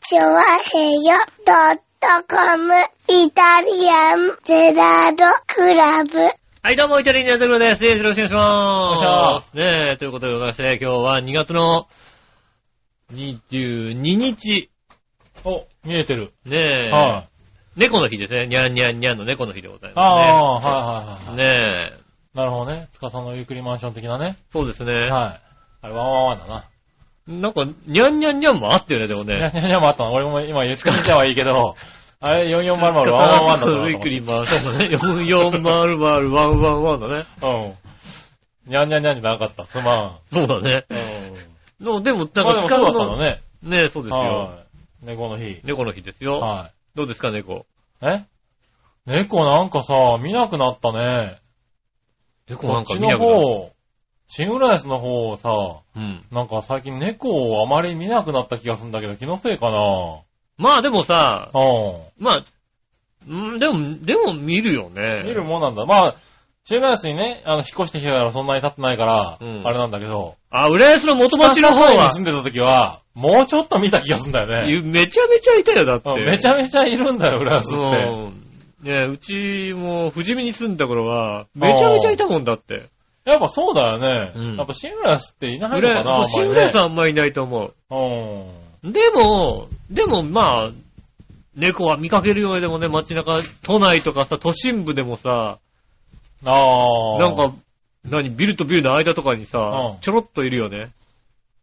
チョワヘヨドットコムイタリアンゼラードクラブ。はい、どうも、イタリアンジャズルです。よろしくお願いします。おねえ、ということでございまして、今日は2月の22日、お、見えてる。ねえ、はい。猫の日ですね。にゃんにゃんにゃんの猫の日でございまああー、はいはいすはいね。はい。ねえ、なるほどね。つかさんのゆっくりマンション的なね。そうですね。はい。あれ、わんわんわんだな。なんか、にゃんにゃんにゃんもあったよね、でもいやね。いやいや、もあったの。俺も今言ってみたはいいけど、あれ、4400ワンワンだったなびっくりまそうだね。440111だね。うん。にゃんにゃんにゃんじゃなかった。すまん。そうだね。うん。でも、でもなんまあでかも使そうだっうたのの、ね。ねえ、そうですよ。はい。猫の日。猫の日ですよ。はどうですか、猫。い。え猫なんかさ、見なくなったね。猫こなっんかち見なのくなる。方、シングライスの方をさ、うん。なんか最近猫をあまり見なくなった気がするんだけど、気のせいかなまあでもさ、うまあ、うんでも、でも見るよね。ん。見るもんなんだ。まあ、シングライスにね、あの、引っ越してきてからそんなに経ってないから、うんあれなんだけど、あ、浦安の元町の方下の階はに、住んでた時は、もうちょっと見た気がするんだよね。ゆめちゃめちゃいたよ、だって。うんめちゃめちゃいるんだよ、浦安って。うん。ねうちも、富士見に住んだ頃は、めちゃめちゃいたもんだって。やっぱそうだよね。うんやっぱシングライスっていないのか浦な、あんま安、新り、ね。浦安はあんまりいないと思うん。う。でも、でもまあ、猫は見かけるようでもね、街中、都内とかさ、都心部でもさ、ああ。なんか、何、ビルとビルの間とかにうさん、ちょろっといるよね。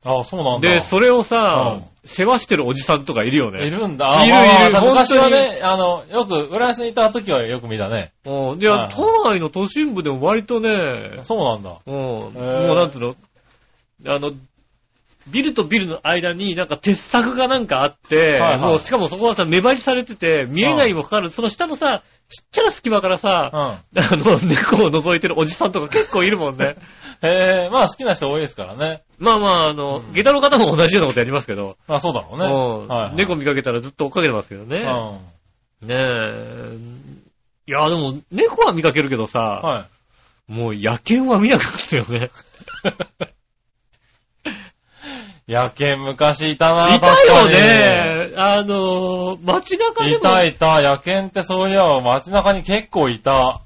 ああ、そうなんだ。で、それをさうん、世話してるおじさんとかいるよね。いるんだ。あいるまあいる昔は本ね、あの、よく、浦安にいた時はよく見たね。うん。いや、はいはい都内の都心部でも割とね、そうなんだ。うん。もうなんつうのあの、ビルとビルの間になんか鉄柵がなんかあって、はいはいもうしかもそこはさ、目張りされてて、見えないにもかかわらず、その下のさ、ちっちゃな隙間からさ、うん。あの、猫を覗いてるおじさんとか結構いるもん ね。へえ、まあ好きな人多いですからね。まあまあ、あの、うん下駄の方も同じようなことやりますけど、まあそうだろうんうね。はいはい猫見かけたらずっと追っかけてますけどね。うん。ねえ。いや、でも、猫は見かけるけどさ、はい。もう野犬は見なくなったよね。野犬昔いたな、いたよ確かね。あのー、街中に。でいたも、いた、野犬ってそういや、街中に結構いた。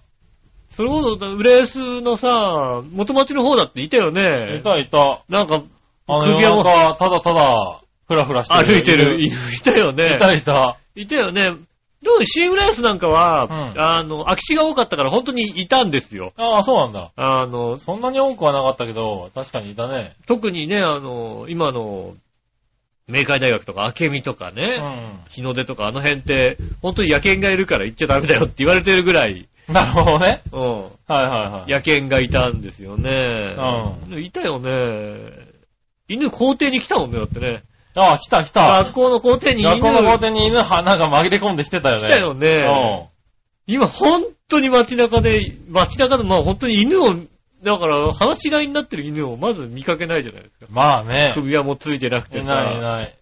それこそ、浦安のさ、元町の方だっていたよね。いたいた。なんか、あの、首夜輪も中、ただただ、ふらふらして歩いてる、いるいいたよね。たいた。いたよね。でも、シーグライスなんかは、うんあの、空き地が多かったから本当にいたんですよ。ああ、そうなんだ。あの、そんなに多くはなかったけど、確かにいたね。特にね、あの、今の、明海大学とか、明美とかうね、ん。日の出とか、あの辺って、本当に野犬がいるから行っちゃダメだよって言われてるぐらい、なるほどね。うん。はいはいはい。野犬がいたんですよね。いたよね。犬校庭に来たもんね、だってね。ああ、来た来た。学校の校庭に犬学校の校庭に犬は、なんか紛れ込んできてたよね。来たよね。今、本当に街中で、街中の、まあ本当に犬を、だから、放し飼いになってる犬をまず見かけないじゃないですか。うん。まあね。首輪もついてなくていないいさ。ない。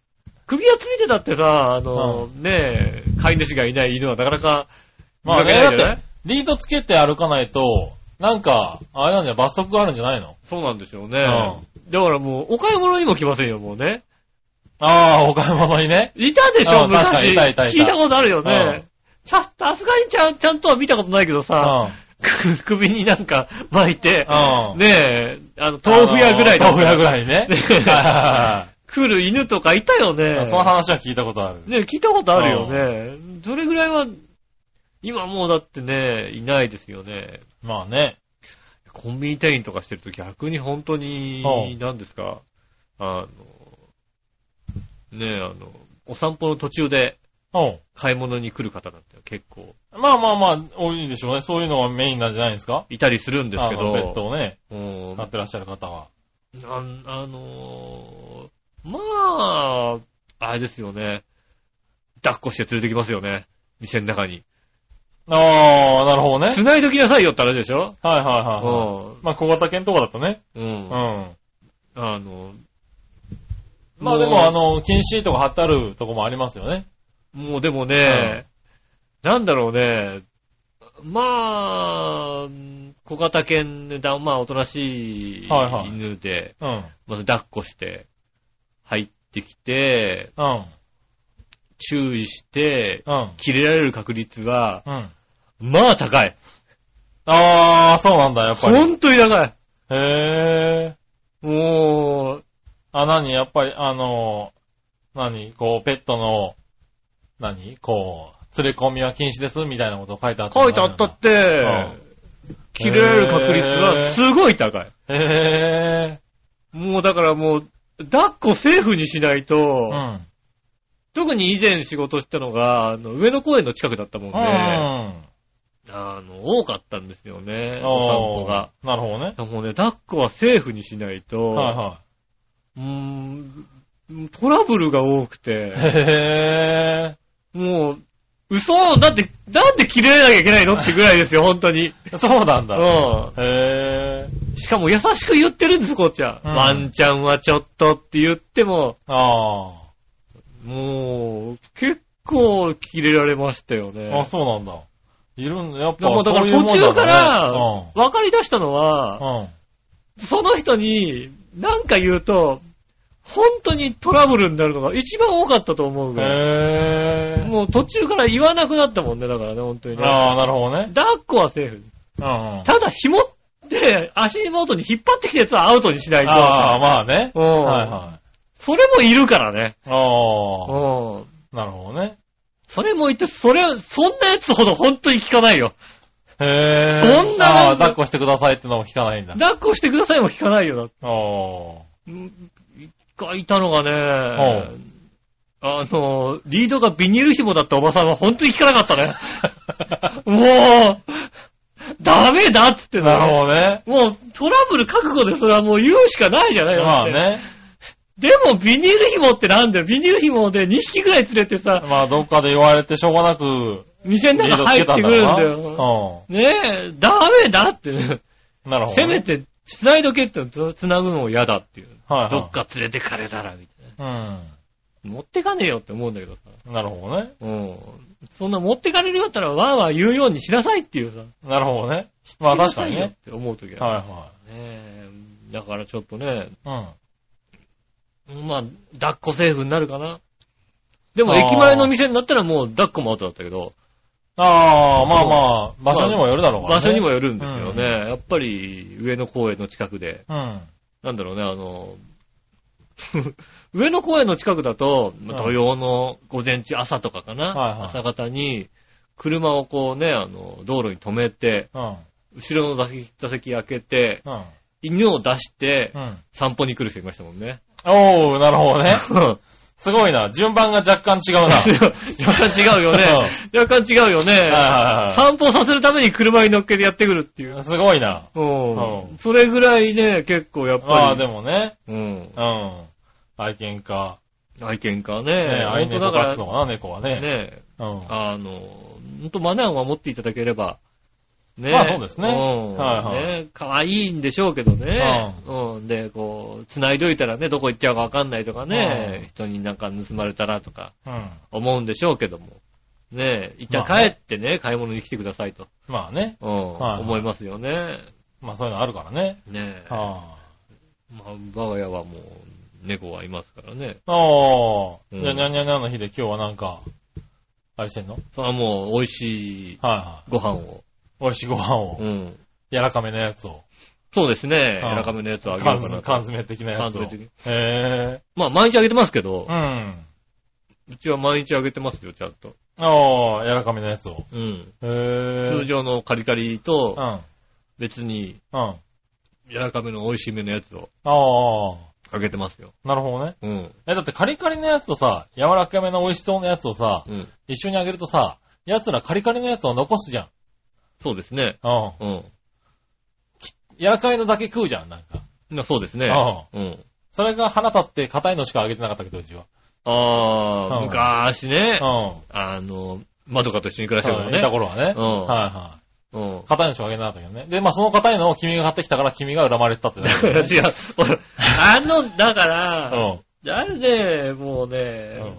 首輪ついてたってさ、あの、ねえ、飼い主がいない犬はなかなか見まあかけね、ないだじっゃない、て、リードつけて歩かないと、なんか、あれなんだよ、罰則があるんじゃないのそうなんでしょうね。うだからもう、お買い物にも来ませんよ、もうね。ああ、お買い物にね。いたでしょ、うん確か昔。にいたいたいた聞いたことあるようんね。さ、さすがにちゃん、ちゃんとは見たことないけどうさ、首になんか巻いて、うんねえ、あの、豆腐屋ぐらいだ豆腐屋ぐい。らいね。ねは来る犬とかいたよいはいはいね。その話は聞いたことある。ねえ聞いたことあるよね。それぐらいは、今もうだってね、いないですよね。まあね。コンビニ店員とかしてると逆に本当うに、何ですか、あの、ねえ、あの、お散歩の途中でうん。買い物に来る方だったよ、結構。まあまあまあ、多いでしょうね。そういうのがメインなんじゃないですかいたりするんですけあのペットど、をね、うん飼ってらっしゃる方は。あんあのーまあ、あれですよね。抱っこして連れてきますよね。店の中に。ああ、なるほどね。繋いときなさいよって話でしょはいはいはいはい。うまあ、小型犬とかだとね。ん。う。うんん。あの、まあでも、あ、の、禁止とか貼ってあるとこもありますよね。もうでもね、なんだろうね、まあ、小型犬で、だまあ、おとなしいはいはい犬で、うん。まず抱っこして、入ってきて、うん。注意して、うん。切れられる確率は、うん。まあ高い。あー、そうなんだ、やっぱり。本当に高い。へー。もう、あ、なに、やっぱり、あのー、なに、こう、ペットの、なに、こう、連れ込みは禁止です、みたいなこと書いてあった。書いてあったっ。て、切れられる確率はすごい高い。へもうだからもう、抱っこセーフにしないと、ー。うん。特に以前仕事したのが、あの上野公園の近くだったもんで、うん。あの、多かったんですよね、あおー散歩が。。なるほどね。もうね、抱っこはセーフにしないと、はいはうーんトラブルが多くい。て、へもう、嘘だって、なんで切れなきゃいけないのってぐらいですよ、本当に。ー。そうなんだ。うへー。ん。しかも優しく言ってるんです、こっちは。うんワンちゃんはちょっとって言っても、あもう、結構切れられましたよね。ー。あ、そうなんだ。いるんだ、やっぱもうだかそらういうもんだ途ね。中からう分かり出したのは、ん。うん。その人に何か言うと、本当にトラブルになるのが一番多かったと思うぐらい。へー。 もう途中から言わなくなったもんね、だからね、本当にね。ああ、なるほどね。抱っこはセーフ。うん。あただ紐って足元に引っ張ってきたやつはアウトにしないと。あー、まあね。うんはいはそれもいるからね。い。ああ、うん。なるほどね。それも言って、それ、そんなやつほど本当に効かないよ。へえ。そんなああ、抱っこしてくださいってのも聞かないんだ。あ抱っこしてくださいも効かないよ、だってあー。一回いたのがね、あの、リードがビニール紐だったおばさんは本当に効かなかったね。 もう、ダメだっつってんだなるよほどね。もうトラブル覚悟でそれはもう言うしかないじゃないまあ。だってね。でもビニール紐ってなんだよ。ビニール紐で2匹ぐらい連れてさ、まあ、どっかで言われてしょうがなく、店のリー中ドつ入っけてくたんだるんろだうよ。な。ねえ、ダメだってね。うん。なるほどせね。めて、繋いどけっての繋ぐのも嫌だっていう。はいはい。どっか連れてかれたら、みたいな。持ってかねえよって思うんだけどさ。うん。なるほどね。うん。そんな持ってかれるようだったら、わーわー言うようにしなさいっていうさ。なるほどね。まあ、確かにしなさいよっね。て思うときは。はいはねえだからちょっとね、い。うん。まあ、抱っこセーフになるかな。でもあー駅前の店になったらもう抱っこもアウトだったけど、ああ、まあまあ、場所にもよるだろうからね。場所にもよるんですよね。うやっぱり上野公園の近くで、うん。なんだろうね、あの、 上野公園の近くだと、まあう土ん曜の午前中、朝とかかな、はいはい朝方に、車をこうね、あの、道路に止めて、うん。後ろの座席座席開けて、うん。犬を出してう、ん。散歩に来る人いましたもんね。おー、なるほ どね。若すごいな。順番が若干違うな。干 違うよね。若干違うよね。はいはいは散歩させるために車に乗っけてやってくるっていうい。。すごいな。う。うんそれぐらいね、結構やっぱり。まあでもね、うん。うん。愛犬か。愛犬家ねね。愛本当猫だかからっつうのかな、猫はね。ね、うん。あの、ほんとマナーを守っていただければ、ね。まあそうですねうん。はいはね、可愛いんでしょうけどね。うん。で、こう、繋いどいたらね、どこ行っちゃうかわかんないとかうねん、人になんか盗まれたらとかうん。思うんでしょうけども。ね一旦まあね帰ってね、買い物に来てくださいと、まあね。うんはいはい思いますよね。まあそういうのあるからね。ねえ。あまあ、我が家はもう、猫はいますからね。あ。おー。うんじゃあ、にゃんにゃんにゃんの日で今日はなんか、あれしてんのはいそれはもう、美味しいはご飯を。い。美味しいご飯をう。ん。柔らかめのやつを。そうですね。柔ああらかめのやつをあげよ缶うかな詰と。缶詰的なやつを。缶詰的へえ。まあ、毎日あげてますけどう、ん。うちは毎日あげてますよ、ちゃんと。ああ、柔らかめのやつを。うん。へえ。通常のカリカリとう、ん。別に、うん。柔らかめの美味しめのやつをああ、あげてますよ。なるほどね。うん。え、だってカリカリのやつとさ、柔らかめの美味しそうなやつをさ、うん。一緒にあげるとさ、奴らカリカリのやつを残すじゃん。そうですね。うん。うん。柔らかいのだけ食うじゃん、なんか。なそうですね。ああうん。それが腹立って硬いのしかあげてなかったけど、うちは。ああ、うん昔ねう、ん。あの、まどかと一緒に暮らしてたそうのね。いねた。頃はね。うん。はいはうんい。。硬いのしかあげてなかったけどね。で、まあその硬いのを君が買ってきたから君が恨まれてたってだけ だよね 違う。俺あの、だから、うあれね、もうね、ん。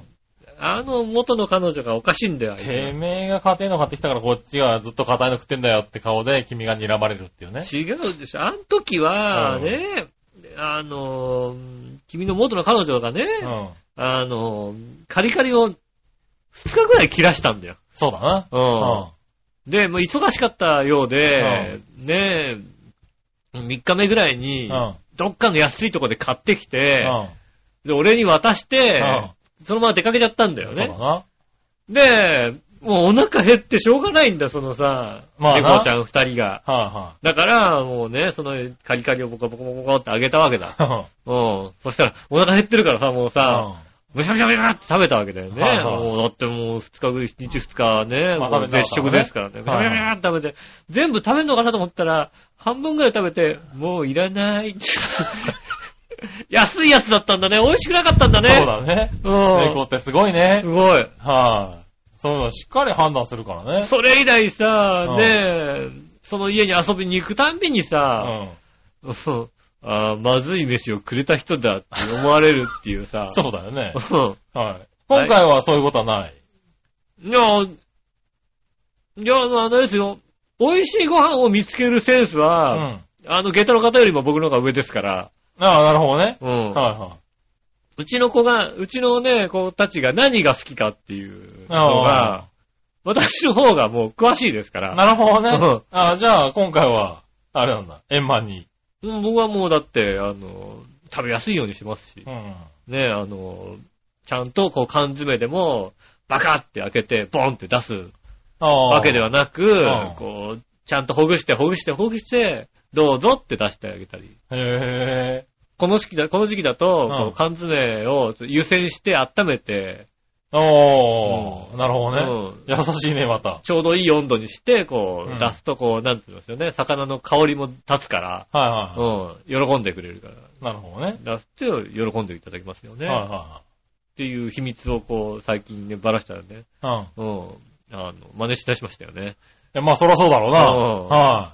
あの元の彼女がおかしいんだよ、あいつてめえが硬いの買ってきたからこっちがずっと硬いの食ってんだよって顔で君が睨まれるっていうね。違うでしょ。あの時は、うんね、あの、君の元の彼女がね、うん。あの、カリカリを二日ぐらい切らしたんだよ。そうだな。うん。で、もう忙しかったようで、ねえ、3日目ぐらいに、うん。どっかの安いとこで買ってきうて、ん。で、俺に渡して、そのまま出かけちゃったんだうよん。そうだね。な。で、もうお腹減ってしょうがないんだ、そのさ、まあな猫ちゃん二人が。はだから、もうね、そのカリカリをボコボコボコボコってあげたわけ だ。いはうん。そしたら、お腹減ってるからさ、もうい。さ、むしゃむしゃむしゃって食べたわけだよね。はいはいもうだってもう二日ぐらい、一日二日ね、まもあう絶食べてたからね食ですからね。むしゃむしゃむしゃって食べて、全部食べるのかなと思ったら、半分ぐらい食べて、もういら ない。安いやつだったんだね。美味しくなかったんだうん。ね。そうだね。猫うってすごいん。すね。ごい。はい。そういうのしっかり判断するからね。それ以来さう、んねえ、その家に遊びに行くたんびにうさ、ん。そうあーまずい飯をくれた人だって思われるっていうさ。 そうだよね。うんはい。今回はそういうことはない。いや、いや、あれですよ。美味しいご飯を見つけるセンスうは、ん。あの、下駄の方よりも僕の方が上ですから、ああ、なるほどね。うん。はいはうちの子が、うちのね、子たちが何が好きかっていうのあが、私の方がもう詳しいですかい。ら、なるほどうねん。ああ、じゃあ今回は、あれなんだ。円満に。うん僕はもうだって、あの、食べやすいようにしてますしう、ん。ね、あの、ちゃんとこう缶詰でも、バカって開けて、ボンって出すああ。わけではなくあー、こう、ちゃんとほぐして、ほぐして、ほぐして、どうぞって出してあげたり。へえ。この時期だ、この時期だと、んこう缶詰を湯煎して温めて、おー。なるほどね。うん優しいね、また。ちょうどいい温度にして、こうんう、出すとこう、なんていうんですよね、魚の香りも立つから、はいうはん、喜んでくれるから、い。なるほどね。出すと喜んでいただきますよね。はいっはていう秘密をこう、最近ね、ばらしたらね、いはい。うん。うん、あの、真似し出しましたよね。いや、まあそらそうだろうな。うんは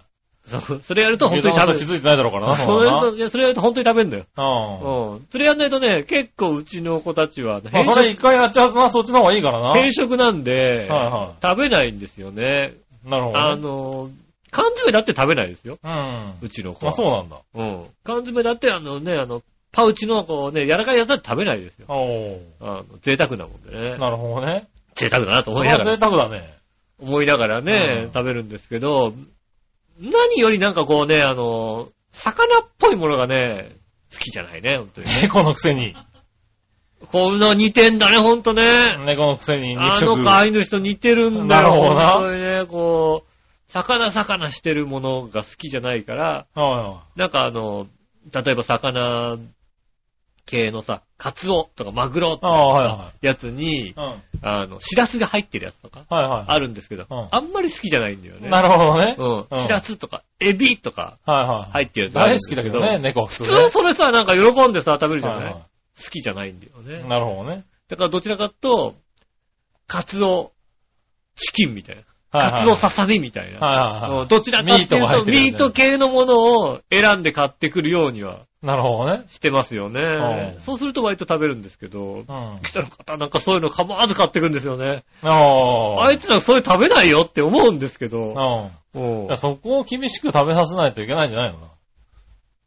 そそれやるい。と本当に油断食とべる。気づいてないだろうからな。それやると、いやそれやると本当に食べるんだよ。うなうん。うん。それやんないとね、結構うちの子たちは、あのまあ偏それ一食、回やっちゃうとな、そっちの方がいいからな。偏食なんで、はいは食べないんですよね。い。なるほあどね。の、缶詰だって食べないですよ。うん。まうちの子あは。そうなんだ。う。ん。缶詰だってあのね、あの、パウチのこうね、柔らかいやつだって食べないですよ。おー。あの、贅沢なもんでね。なるほどね。贅沢だなとそ思いれなはがら贅、沢だね。思いながらね、うん食べるんですけど、何よりなんかこうね、あの、魚っぽいものがね、好きじゃないね、本当にね。 猫のくせに。こんな似てんだね、ほんとね。猫のくせに肉あ食。の飼い主と似てるんだよ。なるほどな本当にね、こう、魚魚してるものが好きじゃないから、はなんかあの、例えば魚系のさ、カツオとかマグロいはい。ああ、はやつにい、はい。うん。あの、シラスが入ってるやつとか、はいはあるんですけど、うんあんまり好きじゃないんだよい。ね。なるほどね。ううんん。シラスとか、エビとかはいはい。入ってるやつあるん大好ですきだけどね、。猫は普普通ね。通それさ、なんか喜んでさ、食べるじゃはないいは好きじゃないんだよいね。なるほどね。だからどちらかと、カツオ、チキンみたいな。はいカはいツオささみみたいな。はいはうんどちらかっていうミートが入っと、てるよね。ミート系のものを選んで買ってくるようにはいなるほどね。してますよねう。んそうすると割と食べるんですけどう、ん。北の方なんかそういうの構わず買ってくんですよね。ああいつらそういう食べないよって思うんですけど、あ。うんうん。そこを厳しく食べさせないといけないんじゃないの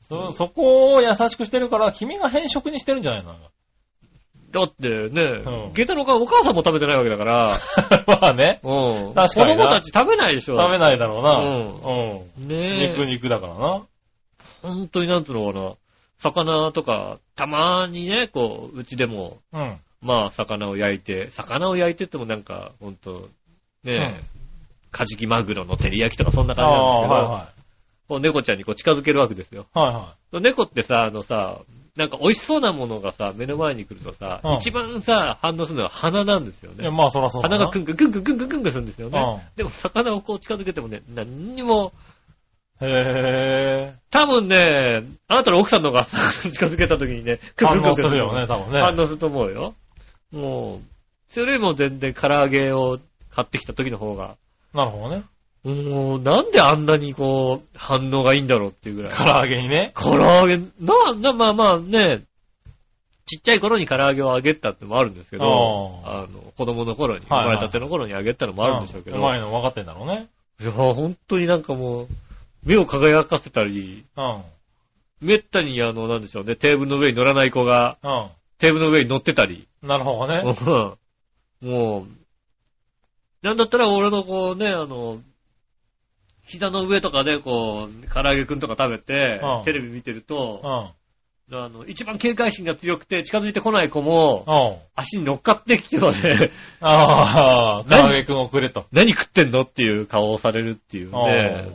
そ、そこを優しくしてるから、君が変色にしてるんじゃないの だってうねん、下駄の子はお母さんも食べてないわけだ から、まあね。うん子確かにな供たち食べないでしょ。食べないだろうな。うん。ね肉え、肉だからな。本当になんつうのかな、魚とか、たまにね、こう、うちでも、うん。まあ、魚を焼いて、魚を焼いてってもなんか、ほんと、ねえ、うんカジキマグロの照り焼きとかそんなあ感じなんあ、ですけど、はこう猫ちゃんにこう近づけるわけですよ。いはい。はいは猫ってさ、あのさ、なんか美味しそうなものがさ、目の前に来るとさ、うん一番さ、反応するのは鼻なんですよい。いや、ね。まあそらそうだ鼻な。がクンクンクンクンクンクンクンするんですようんね。でも魚をこう近づけてもね、何にも、へえ。多分ね、あなたの奥さんの方が近づけた時にね、クンク反ンクン応クすンるよね、多分ね。反応すると思うよ。もう、それよりも全然唐揚げを買ってきた時の方が、なるほどね。もう、なんであんなにこう、反応がいいんだろうっていうぐらい。唐揚げにね。唐揚げ、な、な、まあまあね、ちっちゃい頃に唐揚げをあげたってのもあるんですけど、ああの、子供の頃に、生まれたての頃にあげたのもあるんでしょうけど、んうまいの分かってんだろうね。いや、本当になんかもう、目を輝かせたり、うん。めったにあの、なんでしょうね、テーブルの上に乗らない子が、うテーブルの上に乗ってたり、ん。なるほどね。 うんもう、なんだったら俺のこうね、あの、膝の上とかでこう、唐揚げくんとか食べて、うんテレビ見てるうと、ん。あの、一番警戒心が強くて近づいてこない子も、うん。足に乗っかってきてはね、ああ、何かげくんをくれと。 何食ってんのっていう顔をされるっていうねうん、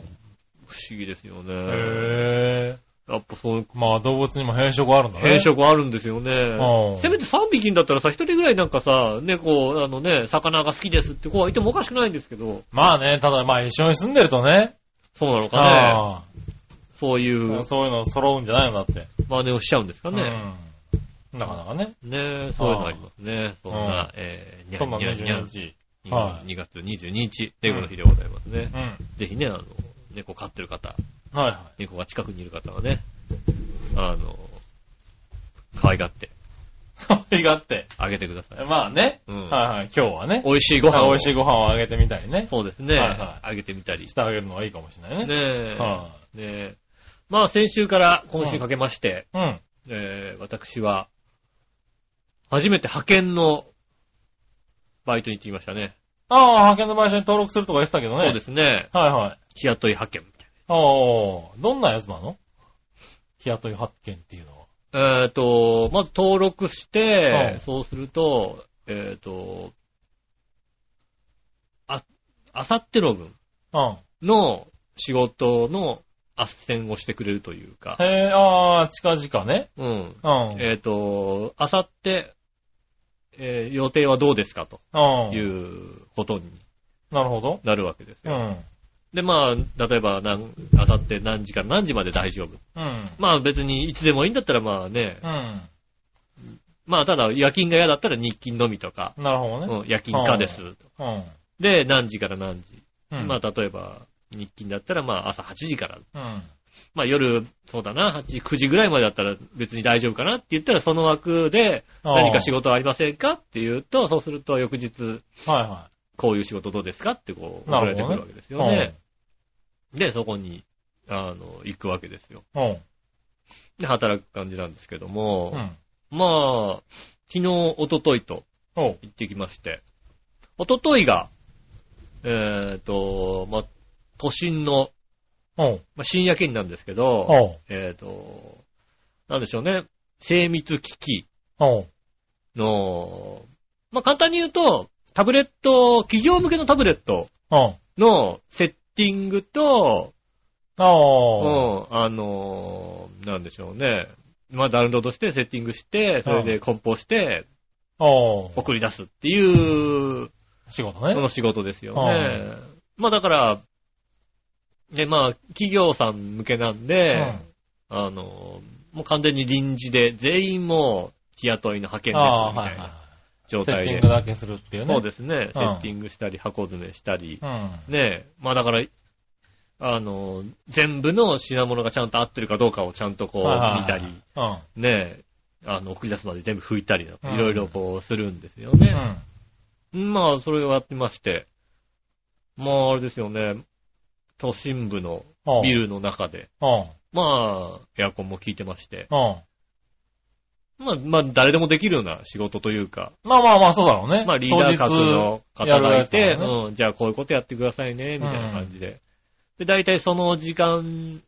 不思議ですよへね。え。やっぱそういうまあ動物にも変色あるんだね。変色あるんですようねん。せめて3匹にだったらさ、1人ぐらいなんかさ、猫、あのね、魚が好きですって子はいてもおかしくないんですけど、まあね、ただまあ一緒に住んでるとね。そうなのかね。あそういあうそういうの揃うんじゃないのだって。真似をしちゃうんですかね。うん。なかなかね。ねえ、そういうのありますね。そんな、えー、にゃそんんなにゃんにゃ22ん。日。はい2月22日、猫の日でございますね。うん。ぜひね、あの、猫飼ってる方、はいは猫が近くにいる方はね、あの、可愛がってい。 可愛がって。あげてください。まあね。うはんいはい。今日はね。美味しいご飯あを。美味しいご飯をあげてみたりね。そうですね。はいはいあげてみたりししてあげるのはいいかもしれなて。いね。ねえ。はねえ。まあ、先週から今週かけまして、い。うん。えー、私は、初めて派遣のバイトに行ってきましたね。ああ、派遣の会社に登録するとか言ってたけどね。。そうですすね。はいはい。日雇い派遣みたいおー、どんなやつなの日雇い発見っていうのは。な。えっ、と、まず登録して、うんそうすると、えっ、と、あ、あさっての分うん。の仕事の斡旋をしてくれるというか、へえ、ああ、近々ね。うん。うん。えっ、と、あさって、えー予定はどうですかとうん。いうことになるほど。なるわけですうよ。ん。で、まあ、例えば、なんあさって何時から何時まで大丈夫。うん。まあ別にいつでもいいんだったらまあね、うん。まあただ夜勤が嫌だったら日勤のみとか、なるほどね。うん、夜勤かです。うん。で、何時から何時。うん。まあ例えば、日勤だったらまあ朝8時から。うん。まあ夜、そうだな、8時、9時ぐらいまでだったら別に大丈夫かなって言ったらその枠で何か仕事ありませんかって言うと、そうすると翌日、事。はいはこういう仕事どうですかってこう、送なられるてほくどねるわけですよね。で、そこに、あの、行くわけですよ。い。うん。で、働く感じなんですけども、うん。まあ、昨日、一昨日とおう。行ってきまして、一昨日が、えっ、と、まあ、都心の、おう。まあ、深夜勤なんですけど、おう。えっ、と、なんでしょうね、精密機器おう。の、まあ、簡単に言うと、タブレット、企業向けのタブレットおう。のセッティングと、うおう。ん、あのー、なんでしょうね。まあ、ダウンロードして、セッティングして、それで梱包して、おう。送り出すっていう、仕事そね。の仕事ですよね。まあだから、ね、まあ、企業さん向けなんうでん、。あの、もう完全に臨時で、全員もう、日雇いの派遣です、ああ、みはたいいは。ない状セッ態ティンでグ。だけするっていうね。そうですね。セうんッティングしたり、箱詰めしたり。うん。ねまあだから、あの、全部の品物がちゃんと合ってるかどうかをちゃんとこうはいはいはい見たり、うん。ねあの、送り出すまで全部拭いたりだとか、うんいろいろこうするんですよね。うん。まあ、それをやってまして。まあ、あれですよね。都心部のおう。ビルの中で。おう。まあ、エアコンも効いてまして。おう。まあ、まあ、誰でもできるような仕事というか。まあまあまあ、そうだろうね。まあ、リーダー格の方がい当日やて、るやつだねうん、じゃあこういうことやってくださいね、みたいな感じで。で、大体その時間、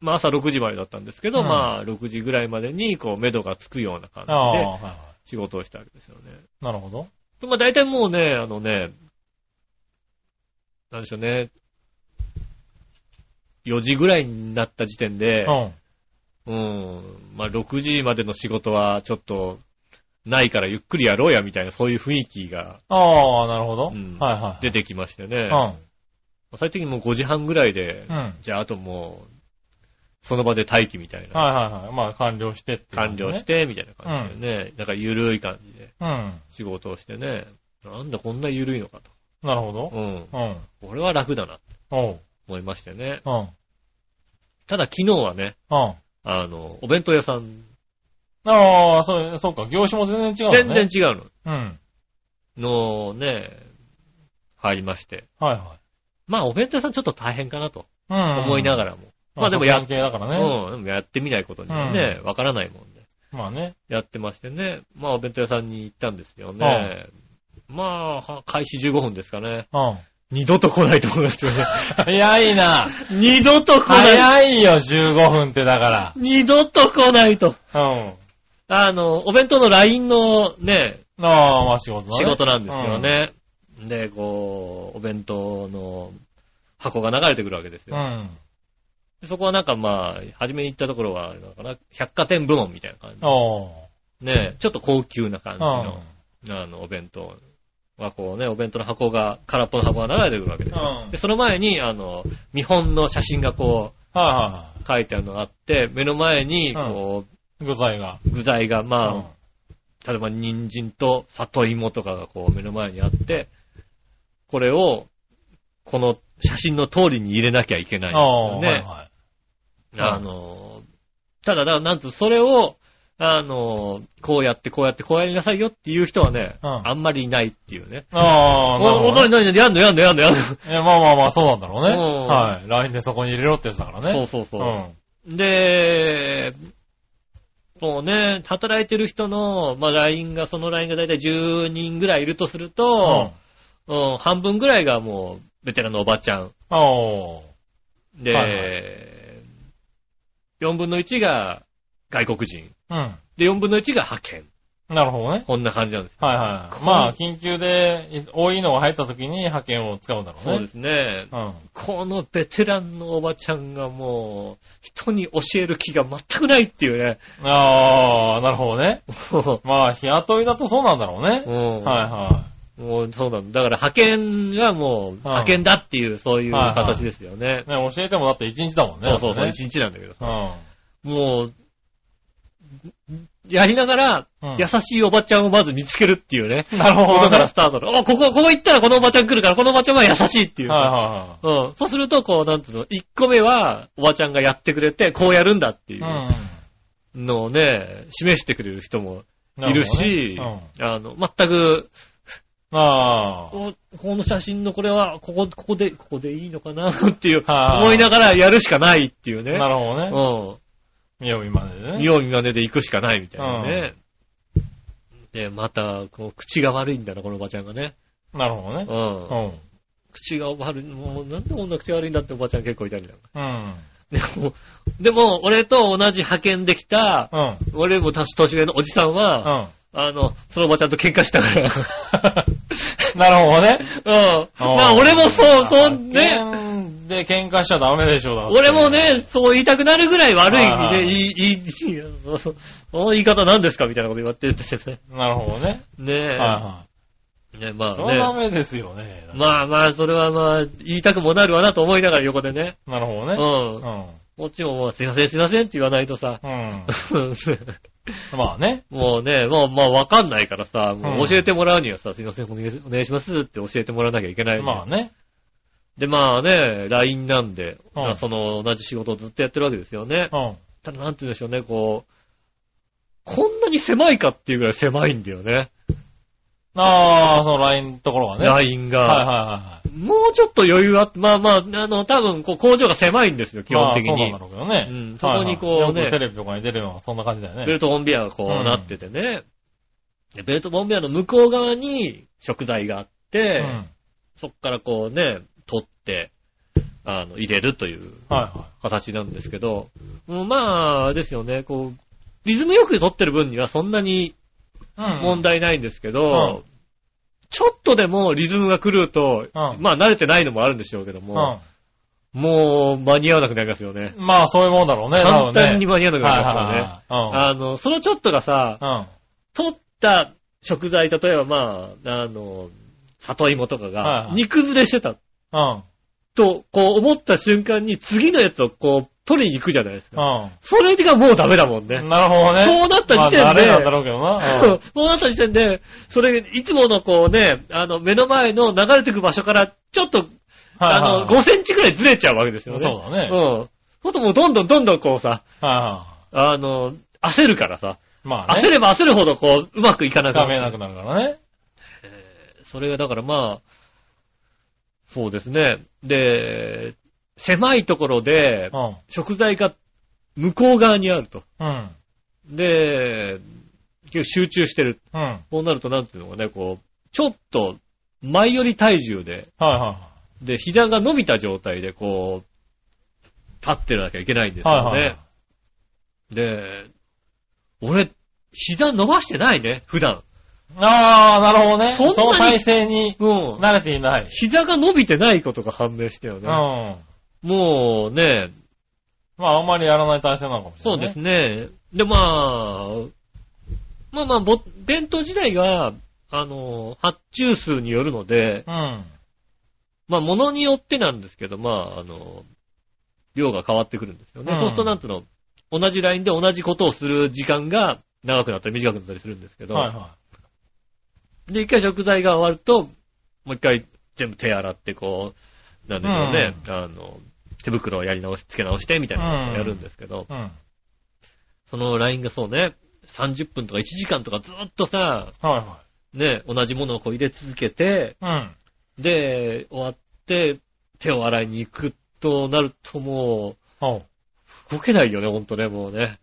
まあ朝6時までだったんですけど、うんまあ6時ぐらいまでに、こう、目処がつくような感じああ、ではいは仕事をしたわけですよね。い。なるほど。まあ大体もうね、あのね、なんでしょうね、4時ぐらいになった時点で、うん。うん、まあ6時までの仕事はちょっとないからゆっくりやろうやみたいなそういう雰囲気がああ、なるほど。うんはいはい。出てきましてねう、ん。最終的にもう5時半ぐらいで、うん。はいじゃああともう、その場で待機みたいな、はいはい。まあ、完了してっていうこと完ね了し。てみたいな感じでね、なんか緩い感じでうん。仕事をしてね、なんだこんな緩いのかなると。ほど。うん、うん。俺は楽だなとおう。思いましてね。うん。うん。ただ昨日はね、ああの、お弁当屋さん、あ、そう、そうか。業種も全然違う全のね。然違ううん。の、のね、入りまして。はいはまあ、お弁当屋さんちょっと大変かなとい。うん。思いなら。がらも。まあでもや関係だからね。うん、でもやってみないことにはね、わからないもんで。まあね。やってましてね。まあ、お弁当屋さんに行ったんですよね。まあ、は開始15分ですかね。う二度と来ないと思いますよね。ん。早いな。 二度と来ない。早いよ、15分ってだか二度と来ないと。ら。うん。あの、お弁当の LINE のね、ああ、まあ仕事だね。仕事なんですけどね。で、こう、お弁当の箱が流れてくるわけですうん。よ。うん。でそこはなんかまあ、初めに行ったところはあれなのかな、百貨店部門みたいな感じ。おー。ね、ちょっと高級な感じの、うあの、お弁当がこうね、お弁当の箱が、空っぽの箱が流れてくるわけですよ。うんで、その前に、あの、見本の写真がこう、ん。はいはいは書いてあるのがあって、目の前に、こい。具材が。う、具材が、うまあ、例えば人参と里芋とかがこう目の前にあって、これを、この写真の通りに入れなきゃいけないんですおよー。ね。はいはい。いはいあの、ただ、だなんとそれを、あの、こうやってこうやってこうやりなさいよっていう人はね、うんあんまりいないっていうね。あおあ、なるほお、どなね。になになにやんのやんのやん のやんの。いやまあまあまあ、そうなんだろうね。うんはい。LINE でそこに入れろってやつだからね。そううそうそう。ん。で、もうね、働いてる人の、まあ、LINE が、その LINE がだいたい10人ぐらいいるとすると、うん半分ぐらいがもう、ベテランのおばちゃん。うん。おー。で、はい4分の1が外国人。うん。で、4分の1が派遣。なるほどね。こんな感じなんです。はいはい。まあ、緊急でい多いのが入った時に派遣を使うんだろうね。そうですね。うん。このベテランのおばちゃんがもう、人に教える気が全くないっていうね。ああ、なるほどね。もまあ、日雇いだとそうなんだろううね。んはいはもうそうなんだ。だから派遣がもう、派遣だっていう、そういう形ですよね。い。ね、教えてもだって1日だもんね。そうそうそう、だって一日なんだけど。ねもう、やりながら、うん。うん優しいおばちゃんをまず見つけるっていうね。なるほこどこね。からスタートだ。お、ここ、ここ行ったらこのおばちゃん来るから、このおばちゃんは優しいっていう。はいはいはい。うん。そうすると、こう、なんていうの、1個目は、おばちゃんがやってくれて、こうやるんだっていううんうのをね、示してくれる人もうん。いるし、なほどねあの、全く、うん、あおこの写真のこれは、ここ、ここで、ここでいいのかなっていう、あ。思いなががらやるしかないっていうね。なるほどね。う見よう見まねでん。ね。見よう見まねで行くしかないみたいなね。で、また、こう、口が悪いんだな、このおばちゃんがね。なるほどねう。んう。ん。口が悪い、もうなんでこんな口悪いんだっておばちゃん結構いたりだ。うん。でも、でも、俺と同じ派遣できた、うん。俺も年年上のおじさんは、うん。あの、そのおばちゃんと喧嘩したから。 なるほどね。うん。まあ俺もそう、そうね、ね。で、喧嘩しちゃダメでしょ、だって俺もね、、そう言いたくなるぐらい悪いは意味いはいで、いい、いい、いやそうそうその言い方なんですかみたいなこと言われててね。なるほどね。ねはえ。いねはまい。あそれはダね。メですよね。まあまあ、それはまあ、言いたくもなるわなと思いながら横でね。なるほう。どね。うんん。こっちももう、すいません、すいませんって言わないとさ。うん。ま あね。もうね、もう、まあ、わかんないからさ、もううん教えてもらうにはさ、すいません、お願いしお願いしますって教えてもらわなきゃいけない。まあね。で、まあね、LINE なんで、うんまあその、同じ仕事をずっとやってるわけですよね。うん。ただ、なんて言うんでしょうね、こう、こんなに狭いかっていうぐらい狭いんだよね。ああ、その LINE のところはね。はい LINE が。はいはもうちょっと余裕あって、まあまあ、あの、多分、こう、工場が狭いんですよ、い。基本的まあそうなんにだ。ろうけどね。うんそこにこうはいはいねよくテレビとかに出るような、そんな感じだよベねル。トボンベアがこううんなっててね。でベルトボンベアの向こう側に食材があって、うん。そっからこうね、取って、あの、入れるというはいは形なんですけど、もうまあ、ですよね、こう、リズムよく取ってる分にはそんなにい。うん。問題ないんですけど、うんちょっとでもリズムが狂うと、うんまあ慣れてないのもあるんでしょうけども、もう間に合わなくなりますよね。うん。まあそういうもんだろうね、簡単に多間に合わなく分ね。なはりますいからね。はいはい。あの、そのちょっとがさ、うん。うん。取った食材、例えばまあ、あの、里芋とかはいがは、い煮崩れしてたうん。と、こう思った瞬間に次のやつをこう、取りに行くじゃないですか。うそれがもうダメだもんねん。。なるほどね。そうなった時点でまあ、誰なんだろうけどな。そうそうなった時点で、それ、いつものこうね、あの、目の前の流れてく場所から、ちょっと、あの、5センチくらいずれちゃうわけですよね。そうだね。うん。ほんともうどんどんどんどんこうさ、はいはあの、焦るからさ、い。まあね。焦れば焦るほどこう、うまくいかなくつなかるめなくなるからね。それがだからまあ、そうですね。で、狭いところで、食材が向こう側にあると。うん。うん。で、結構集中してる。うん。こうなるとなんていうのかね、こう、ちょっと、前より体重で、はいはで、膝が伸びた状態で、こう、立ってなきゃいけないんでい。すよはね。いはい。で、俺、膝伸ばしてないね、普段。ああ、なるほどね。そんなにの体勢にうん。慣れていない。膝が伸びてないことが判明したようん。ね。まもうね、あ、あんまりやらない体勢なのかもしれそうない、ですね。で、まあ、まあまあ、ぼ弁当自体が、あの、発注数によるので、うん。まあ、ものによってなんですけど、まあ、あの、量が変わってくるんですよね。うんそうすると、なんつうの、同じラインで同じことをする時間が長くなったり短くなったりするんですけど、はいはで、一回食材が終わると、もう一回全部手洗って、こう、なんでしょうね、あの、手袋をやり直し、つけ直して、みたいなことをやるんですけど、い。うん。そのラインがそうね、30分とか1時間とかずっとさ、はいはね、同じものをこう入れ続けて、い。うん。で、終わって、手を洗いに行くとなるともほう。う、動けないよね、ほんとね、もうね。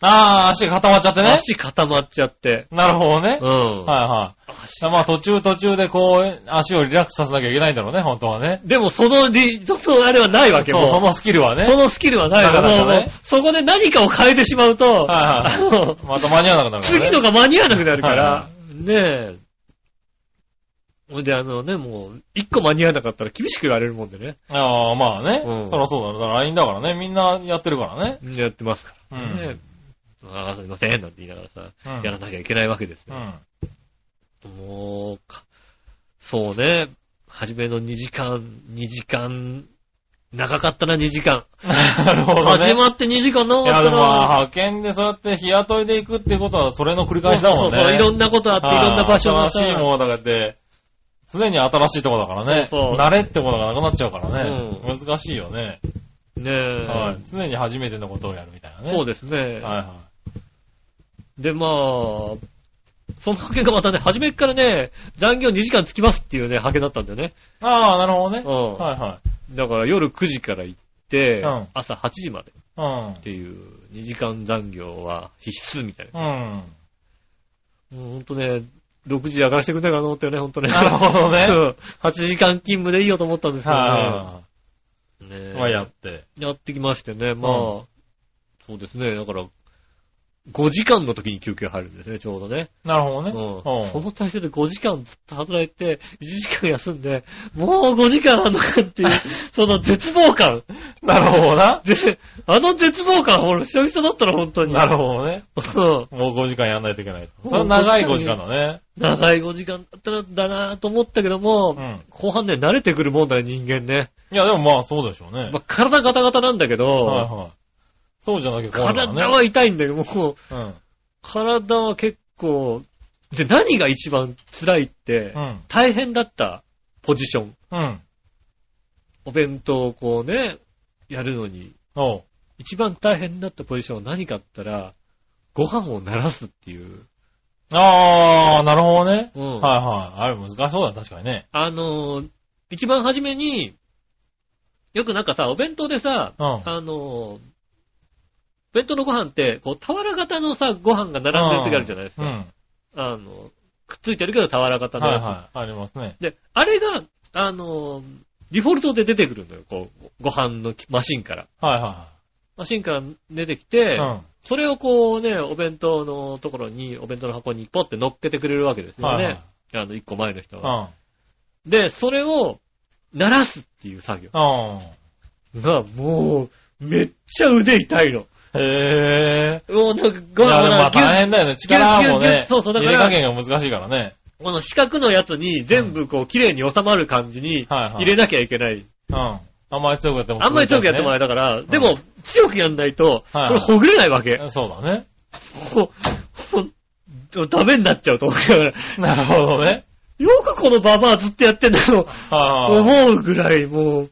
ああ、足が固まっちゃってね。足固まっちゃって。なるほどねう。ん。はいはい。足まあ途中途中でこう、足をリラックスさせなきゃいけないんだろうね、本当はね。でも、その理、そのあれはないわけそう、もうそのスキルはね。そのスキルはないから、なかなかねもうそこで何かを変えてしまうと、はいはいあのまた間に合わなくなるからね。次のが間に合わなくなるかはら、ねえ。ほんで、あのね、もう、一個間に合わなかったら厳しく言われるもんでね。ああ、まあね。うんそりゃそうだろう。だから LINE だからね。みんなやってるからね。みんなやってますかうらねん。。ああ、すいません、なんて言いながらさ、うやんらなきゃいけないわけですうよ。ん。もうか、そうね、初めの2時間、2時間、長かったな、2時間。なるほどね。始まって2時間長いかったな。や、でもまあ、派遣でそうやって日雇いで行くってことは、それの繰り返しだもんね。そうそうそういろんなことあって、いろんな場所が。が新しいものだからって、常に新しいとこだからね。そうそう慣れってものがなくなっちゃうからね。う難しいよね、ねえ、はい。常に初めてのことをやるみたいなね。そうでですね。はいはで、まあ、その派遣がまたね、初めっからね、残業2時間つきますっていうね、派遣だったんだよね。い。ああ、なるほどね。うん。はいはだから夜9時から行って、うん朝8時までっい。ていう2時間残業は必須みたいな。うん。うん。もうほんとね、6時上がらせてくれないかなと思ったよね、ほんとね。なるほどね うん8時間勤務でいいよと思ったんですけどはね。ねい。えまあやって。やってきましてね、まあ、うそうですね、だから、5時間の時に休憩入るんですね、ちょうどね。なるほどね。うんその体制で5時間ずっと働いて、1時間休んで、もう5時間あんのかっ ていう、その絶望感。うん。なるほどな。で、あの絶望感、俺久々だったら本当に。なるほどね。うんもう5時間やんないといけない。うんそれは長い5時間だね。長い5時間だったらだなぁと思ったけども、うん。後半ね、慣れてくるもんだよ、人間ね。いや、でもまあそうでしょうね。まあ、体ガタガタなんだけど、はいはい。そうじゃなきゃ困る体からね。は痛いんだけど、もう、うん。体は結構、で、何が一番辛いって、うん。大変だったポジション。うん。お弁当をこうね、やるのに、おう。一番大変だったポジションは何かって言ったら、ご飯を鳴らすっていう。あー、なるほどね。うはんいはい。あれ難しそうだね、確かにね。あのー、一番初めに、よくなんかさ、お弁当でさ、うん。あのー、弁当のご飯って、こう、俵型のさ、ご飯が並んでる時あるじゃないですうか。ん。あの、くっついてるけど俵型のはいやつ。はい。ありますね。で、あれが、あのー、デフォルトで出てくるんだよ、こう、ご飯のマシンから。はいはマシンから出てきい。て、うん。それをこうね、お弁当のところに、お弁当の箱にポって乗っけてくれるわけですよはいね。はい。あの、一個前の人うは。ん。で、それを、鳴らすっていう作業うが、もう、めっちゃ腕痛いの。ん。へー。もうなんか、いごや、でもま飯あ大変だよね。力もギュッギュッギュねッ。そうそうだから入れ加減が難しいからね。この四角のやつに全部こう、綺麗に収まる感じにはいはい。入れなきゃいけない。うん。あんまり強くやってもあんまり強くやってもらええたから、でも、強くやんないと、こはいれほぐれないわけ。 そうだね。ほ、ほ、ダメになっちゃうと思うから、なるほどね。よくこのババアずっとやってんだろはいはい。思うぐらい、もう、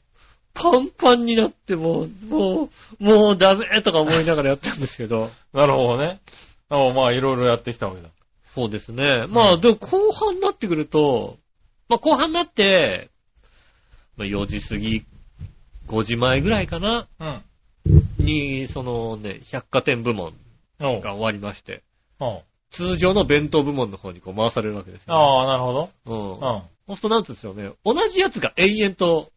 パンパンになって、もう、もう、もうダメとか思いながらやったんですけど。なるほどね。でもまあいろいろやってきたわけだ。 そうですね。まあ、うんでも後半になってくると、まあ後半になって、まあ4時過ぎ、5時前ぐらいかな、うん。に、そのね、百貨店部門おうが終わりまして。おう通常の弁当部門の方にこう回されるわけですよ、ね。ああ、なるほど。うん。うそうするとなんて言うんでしょうね。同じやつが延々と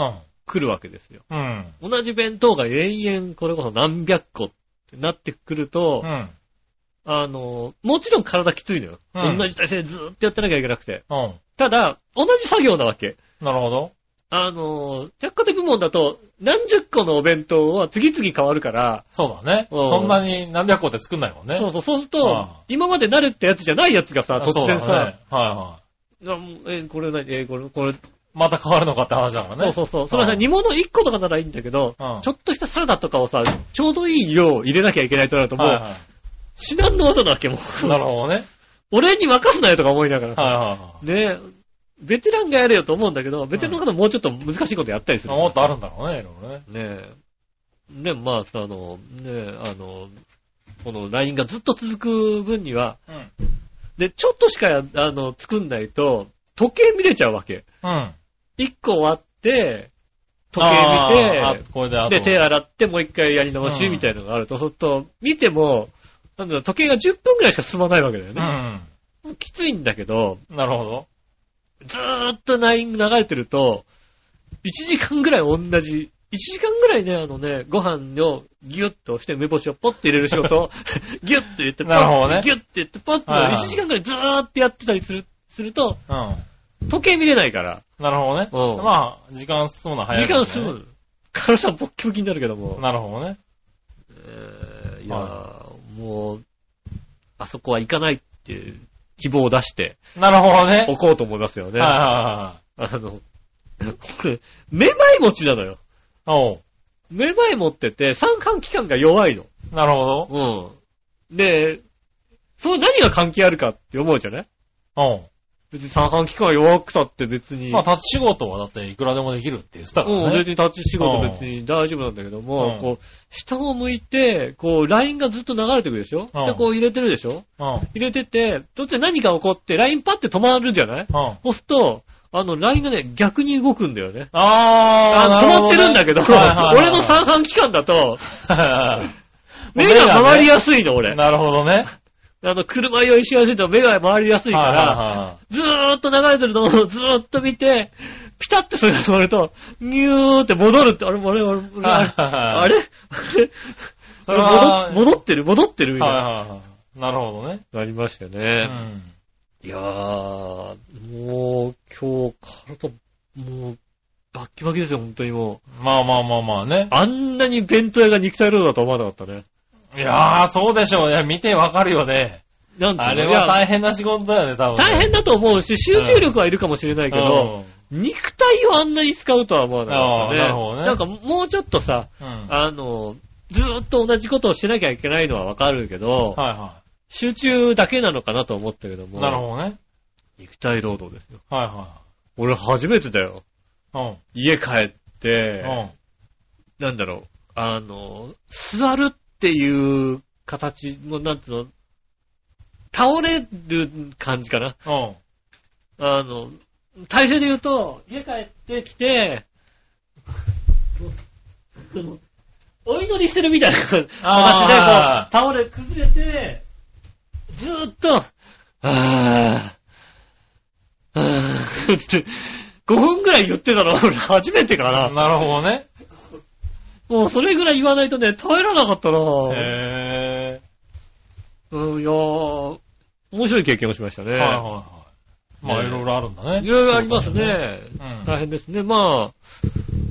ん。来るわけですよ。うん。うん。同じ弁当が延々これこそ何百個ってなってくると、うん。あの、もちろん体きついのよ。うん同じ体勢でずーっとやってなきゃいけなくて。うん。ただ、同じ作業なわけ。なるほど。あの、百貨店部門だと、何十個のお弁当は次々変わるから、そうだね。うんそんなに何百個って作んないもんね。そうそう、そうするとああ、今まで慣れたやつじゃないやつがさ、突そうだ然ね。さ、はいはい。あもうえ、これ何え、これ、これ、また変わるのかって話だからね。そうそうそう。それはうさ、ん煮物1個とかならいいんだけど、うんちょっとしたサラダとかをさ、ちょうどいい量を入れなきゃいけないとなると、もはいはう、い至難の技なわけ、もう。なるほどね。俺に任すなよとか思いながらさ、はいはいはねベテランがやれよと思うんだけど、ベテランの方もうちょっと難しいことやったりすい。る。もっとあるんだろうね、いろいろね。ねえ。ねまあ、あの、ねあの、この LINE がずっと続く分には、うん。で、ちょっとしかや、あの、作んないと、時計見れちゃうわけ。うん。 1個終わって、時計あ見ーあこれであとて、で、手洗ってもう一回やり直しうんみたいなのがあると、そうすると、見ても、なんだろう、時計が10分くらいしか進まないわけだようね。ん。きついんだけど、なるほど。ずーっと LINE 流れてると、1時間ぐらい同じ、1時間ぐらいね、あのね、ご飯をギュッと押して梅干しをポッて入れる仕事 を、ギュッと入れて、ポなるほどッねて、ギュッて言って、ポッて、はいはい1時間ぐらいずーっとやってたりする、すると、うん。時計見れないから、なるほどね。うんまあ、時間進むのは早時いから間ね。進む。体さんボッキボキになるけども、なるほどね。えーいやはー、もう、あそこは行かないっていう希望を出してなるほどね。おこうと思いますよね。はいあはの、これ、めまい持ちなのよ。いはいはい。おう。めまい持ってて、三寒期間が弱いの。なるほど。うん。で、その何が関係あるかって思うじゃないおう。別に三半期間弱くたって別に、まあ、立ち仕事はだっていくらでもできるって言ってたからうん、ね別。にタッチ仕事別に大丈夫なんだけども、うんこう、下を向いて、こう、ラインがずっと流れてくるでしょ、うんで、こう入れてるでしょうん。入れてて、そっちで何か起こって、ラインパって止まるじゃないうん。押すと、あの、ラインがね、逆に動くんだよね。ああー、の止まってるんだけど、俺の三3半期間だと、目目が回りややすいの、俺。 なるほどね。あの、車酔いしやすいと目が回りやすいから、はずーっと流れてるのをず ーっと見て、ピタッてそれが止まると、ニューって戻るって、あれ、あれ、あれ、いはいあれ、はい。あれそれは戻戻ってる、戻ってるみたいな。はいはいはい。なるほどね。なりましたうね。ん。いやー、もう、今日、体、もう、バッキバキですよ、本当にもう。まあまあまあまあね。あんなに弁当屋が肉体労働だと思わなかったね。いやー、そうでしょう。いや、見てわかるよね。なんていうのあれいやは大変な仕事だよね、多分。大変だと思うし、集中力はいるかもしれないけど、うん肉体をあんなに使うとは思わなかったね。ああなるほどねなんかもうちょっとさ、うん。はいあの、ずーっと同じことをしなきゃいけないのはわかるけど、は集中だけなのかなと思ったけどい。も、なるほどね。肉体労働ですよ。はいは俺初めてだよ。い。う家帰ってん。、うん。なんだろう、あの、座るっていう形の、なんつうの、倒れる感じかな。うん。あの、体勢で言うと、家帰ってきて、 お祈りしてるみたいな形で、こうあー倒れ、崩れて、ずーっと、あー、あーって、5分ぐらい言ってたの、 俺初めてかな。なるほどね。もうそれぐらい言わないとね、耐えられなかったなぁ。へうん、いやー、面白い経験をしましたね。ー。はいはいはい。まあ、ねいろいろあるんだね。いろいろありますそうだね。うん。大変ですね。まあ、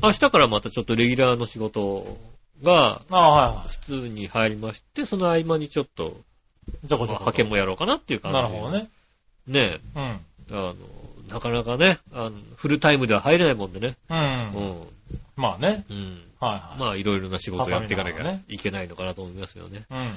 明日からまたちょっとレギュラーの仕事がああ、はいは普通に入りまして、その合間にちょっと、い。じまあゃこちょこ。派遣もやろうかなっていう感じ。なるほど。ね。ねうん。え、あの、なかなかね、あのフルタイムでは入れないもんでね。う。うんん。まあね。うん。はいまあ、いろいろな仕事をやっていかなき挟みながらゃねいけないのかなと思いますよね。はい。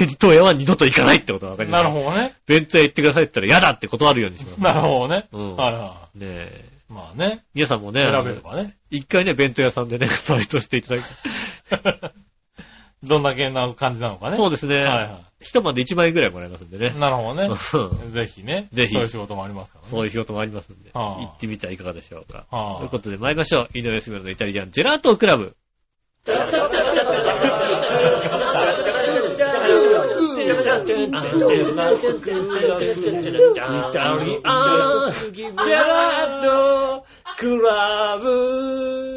弁当屋は二度と行かないってことはわかうりん。ます。なるほどね。弁当屋行ってくださいって言ったら嫌だって断るようにします。なるほどね。うんはいはねえ。い。まあね。皆さんもね、選あべれのばね。一回ね、弁当屋さんでね、バイトしていただいて。 どんだけな感じなのかね。そううですね。はいは一晩で1万円ぐらいもらえますんでねい。。なるほど ね。そうぜひね。ぜひそういう仕事もありますからね。そういう仕事もありますんで。はあ行ってみてはいかがでしょうか。はあということで参りましょう。井上杉村のイタリアンジェラートクラブ。はい、どうもみなさん、こん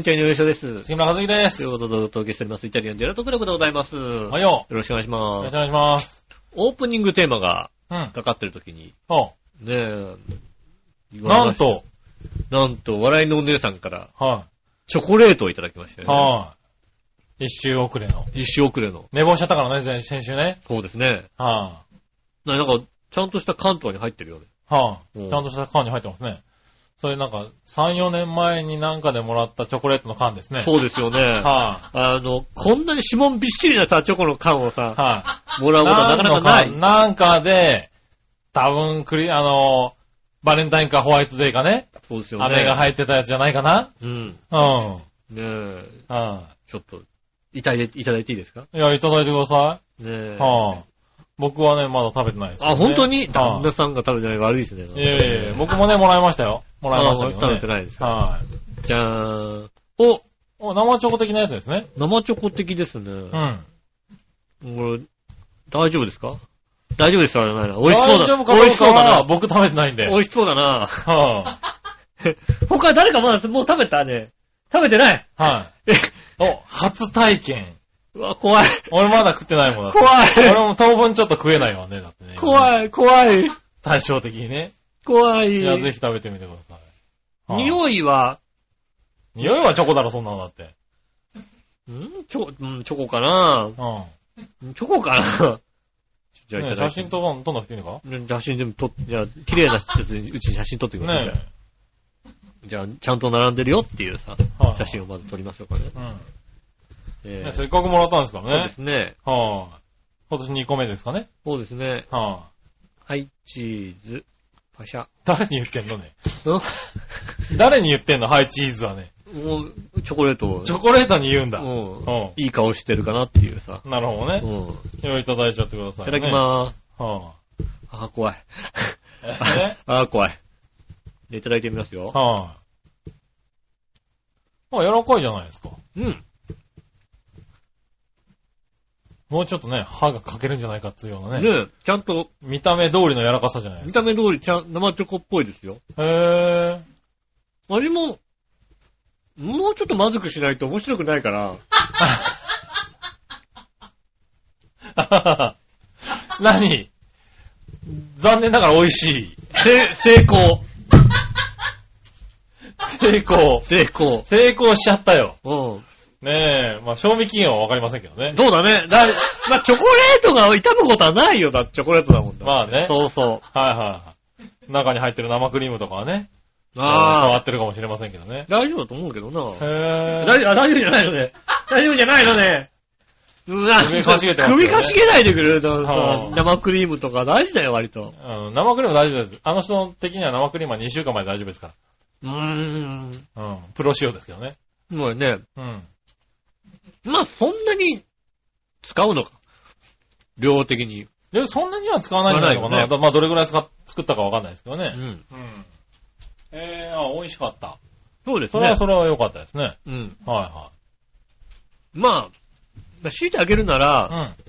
にちは、井上翔です。杉村和樹です。というこはとで、お届けしております、イタリアンジェラートクラブでございます。よいよ。ろしくお願いしよろましすく。お願いします。オープニングテーマがうん。かかってる時に、おうねえ、言われなまんした、と、なんと、笑いのお姉さんから、はチョコレートをいただきましたい。よね。はい。一周遅れの。一周遅れの。寝坊しちゃったからね、前先週ね。そうですね。はななんか、ちゃんとした関東に入ってるよね。い。はうい。んちゃんとした缶に入ってますね。それなんか、3、4年前になんかでもらったチョコレートの缶ですね。そうですよね。はあの、こんなに指紋びっしりなさ、チョコの缶をい。さ、はい。もらうことはなかなかなんい。なんかで、多分クリ、あの、バレンタインかホワイトデーかね、そうですよね。あれが入ってたやつじゃないかなうん。うん。ねえ、はちょっと、いただいて、いただいていいですかい。いや、いただいてくださねえい。。はい。僕はね、まだ食べてないですけどあ、ね、本当には旦那さんが食べてない悪いですね。い。いやいやいや、僕もね、もらいましたよ。もらいましたけど、あ食ね。べてないですかはい。じゃーん。お、お、生チョコ的なやつですね。生チョコ的ですね。うん。これ、大丈夫ですか大丈夫ですかじゃないな。美味しそうだ。大丈夫か美どう味しかそうだはな。僕食べてないんで。美味しそうだな。は他誰かまだ、もう食べたね。食べてない。い。はい。え、お、初体験。うわ、怖い。俺まだ食ってないもんだって。怖俺い。も当分ちょっと食えないわね、だってね。い。怖い、怖い、対照的にね。怖いや、ぜい。ひ食べてみてください。い匂いは、匂いはチョコだろ、そんなのだって。んチョコ、うん、チョコかなうん。チョコかな じゃあいねたえだ写いて真。とかも撮んなくていいのか写真全部撮って、じゃあ、綺麗なやつにうちに写真撮ってください。ねじゃあ、じゃあちゃんと並んでるよっていうさ、はい写真をまず撮りましょうかね。え。うん。えねーせっかくもらったんですかそうらでね。すね。はい。今年2個目ですかね。そうですね。ははい、チーズ。パシャ。い。誰に言ってんのね。ん誰に言ってんのはい、チーズはね。もう、チョコレートをチョコレートに言うんだ。ううんいい顔してるかなっていうさ。ん。なるほどうね。ん。いよ、いただいちゃってください、たね。だきまーす。す。はあー、怖い。い。ね。あー、怖い。でいただいてみますよ。はい。あ、柔らかいじゃないですか。うん。もうちょっとね、歯が欠けるんじゃないかっていうようなね。ねちゃんと、見た目通りの柔らかさじゃないで見すか。た目通りちゃん、生チョコっぽいですよ。へー。味も、もうちょっとまずくしないと面白くないから、 何残念ながら美味しい。せ、成功。成功。成功。成功しちゃったよ。うん。ねえ。まあ、賞味期限はわかりませんけどね。そうだね。だ、まあ、チョコレートが傷むことはないよ。だってチョコレートだもんだ。まあね。そうそう。はいはいはい。中に入ってる生クリームとかはね。変わああ、ってるかもしれませんけどね。大丈夫だと思うけどな。へ 大ぇ丈夫、あ大丈夫じゃないのね。大丈夫じゃないのね。うわ首かしげてますよね首かしげないでくれるとさう、ん生クリームとか大事だよ、割と。うん、生クリーム大丈夫です。あの人的には生クリームは2週間前で大丈夫ですかうーん。ら。うん。プロ仕様ですけどね。もうね、うん。まあそんなに使うのか。量的に。で、そんなには使わないんじゃないのか使わないな。よまあ、どれぐらい使っ作ったかわかんないですけどうね。ん。うん。えー、あ、美味しかった。そうですそれねは。それは良かったですね。うん。はまあ、まあ強いてあげるないら、はい。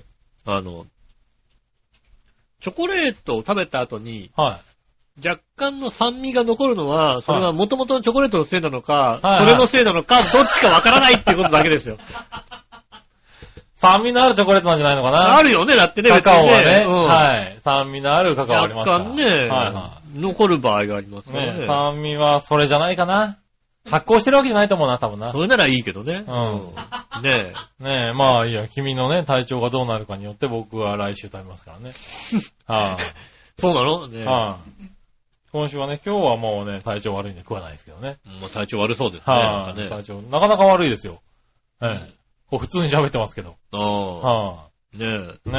うん。あの、チョコレートを食べた後に、は若干の酸味が残るのは、それは元々のチョコレートのせいなのか、はいそれのせいなのか、どっちかわからないっていうことだけ ですよ。い。酸味のあるチョコレートなんじゃないのかなあるよね、だってね、カカオは別にね、うんはい。酸味のあるカカオありますから。若干ね、は残る場合がありますいからはい。ね。ね酸味はそれじゃないかな。発酵してるわけじゃないと思うな、多分な。それならいいけどね。うねえ。ねえ、まあいいや、君のね、体調がどうなるかによって僕は来週食べま すからね。はそうなのねい、えはい、今週はね、今日はもうね、体調悪いんで食わないですけどね。もう体調悪そうですね。はなんかい、体ね調、なかなか悪いですよ。ええこう普通に喋ってますけど。あはあねえ。い、ねえ。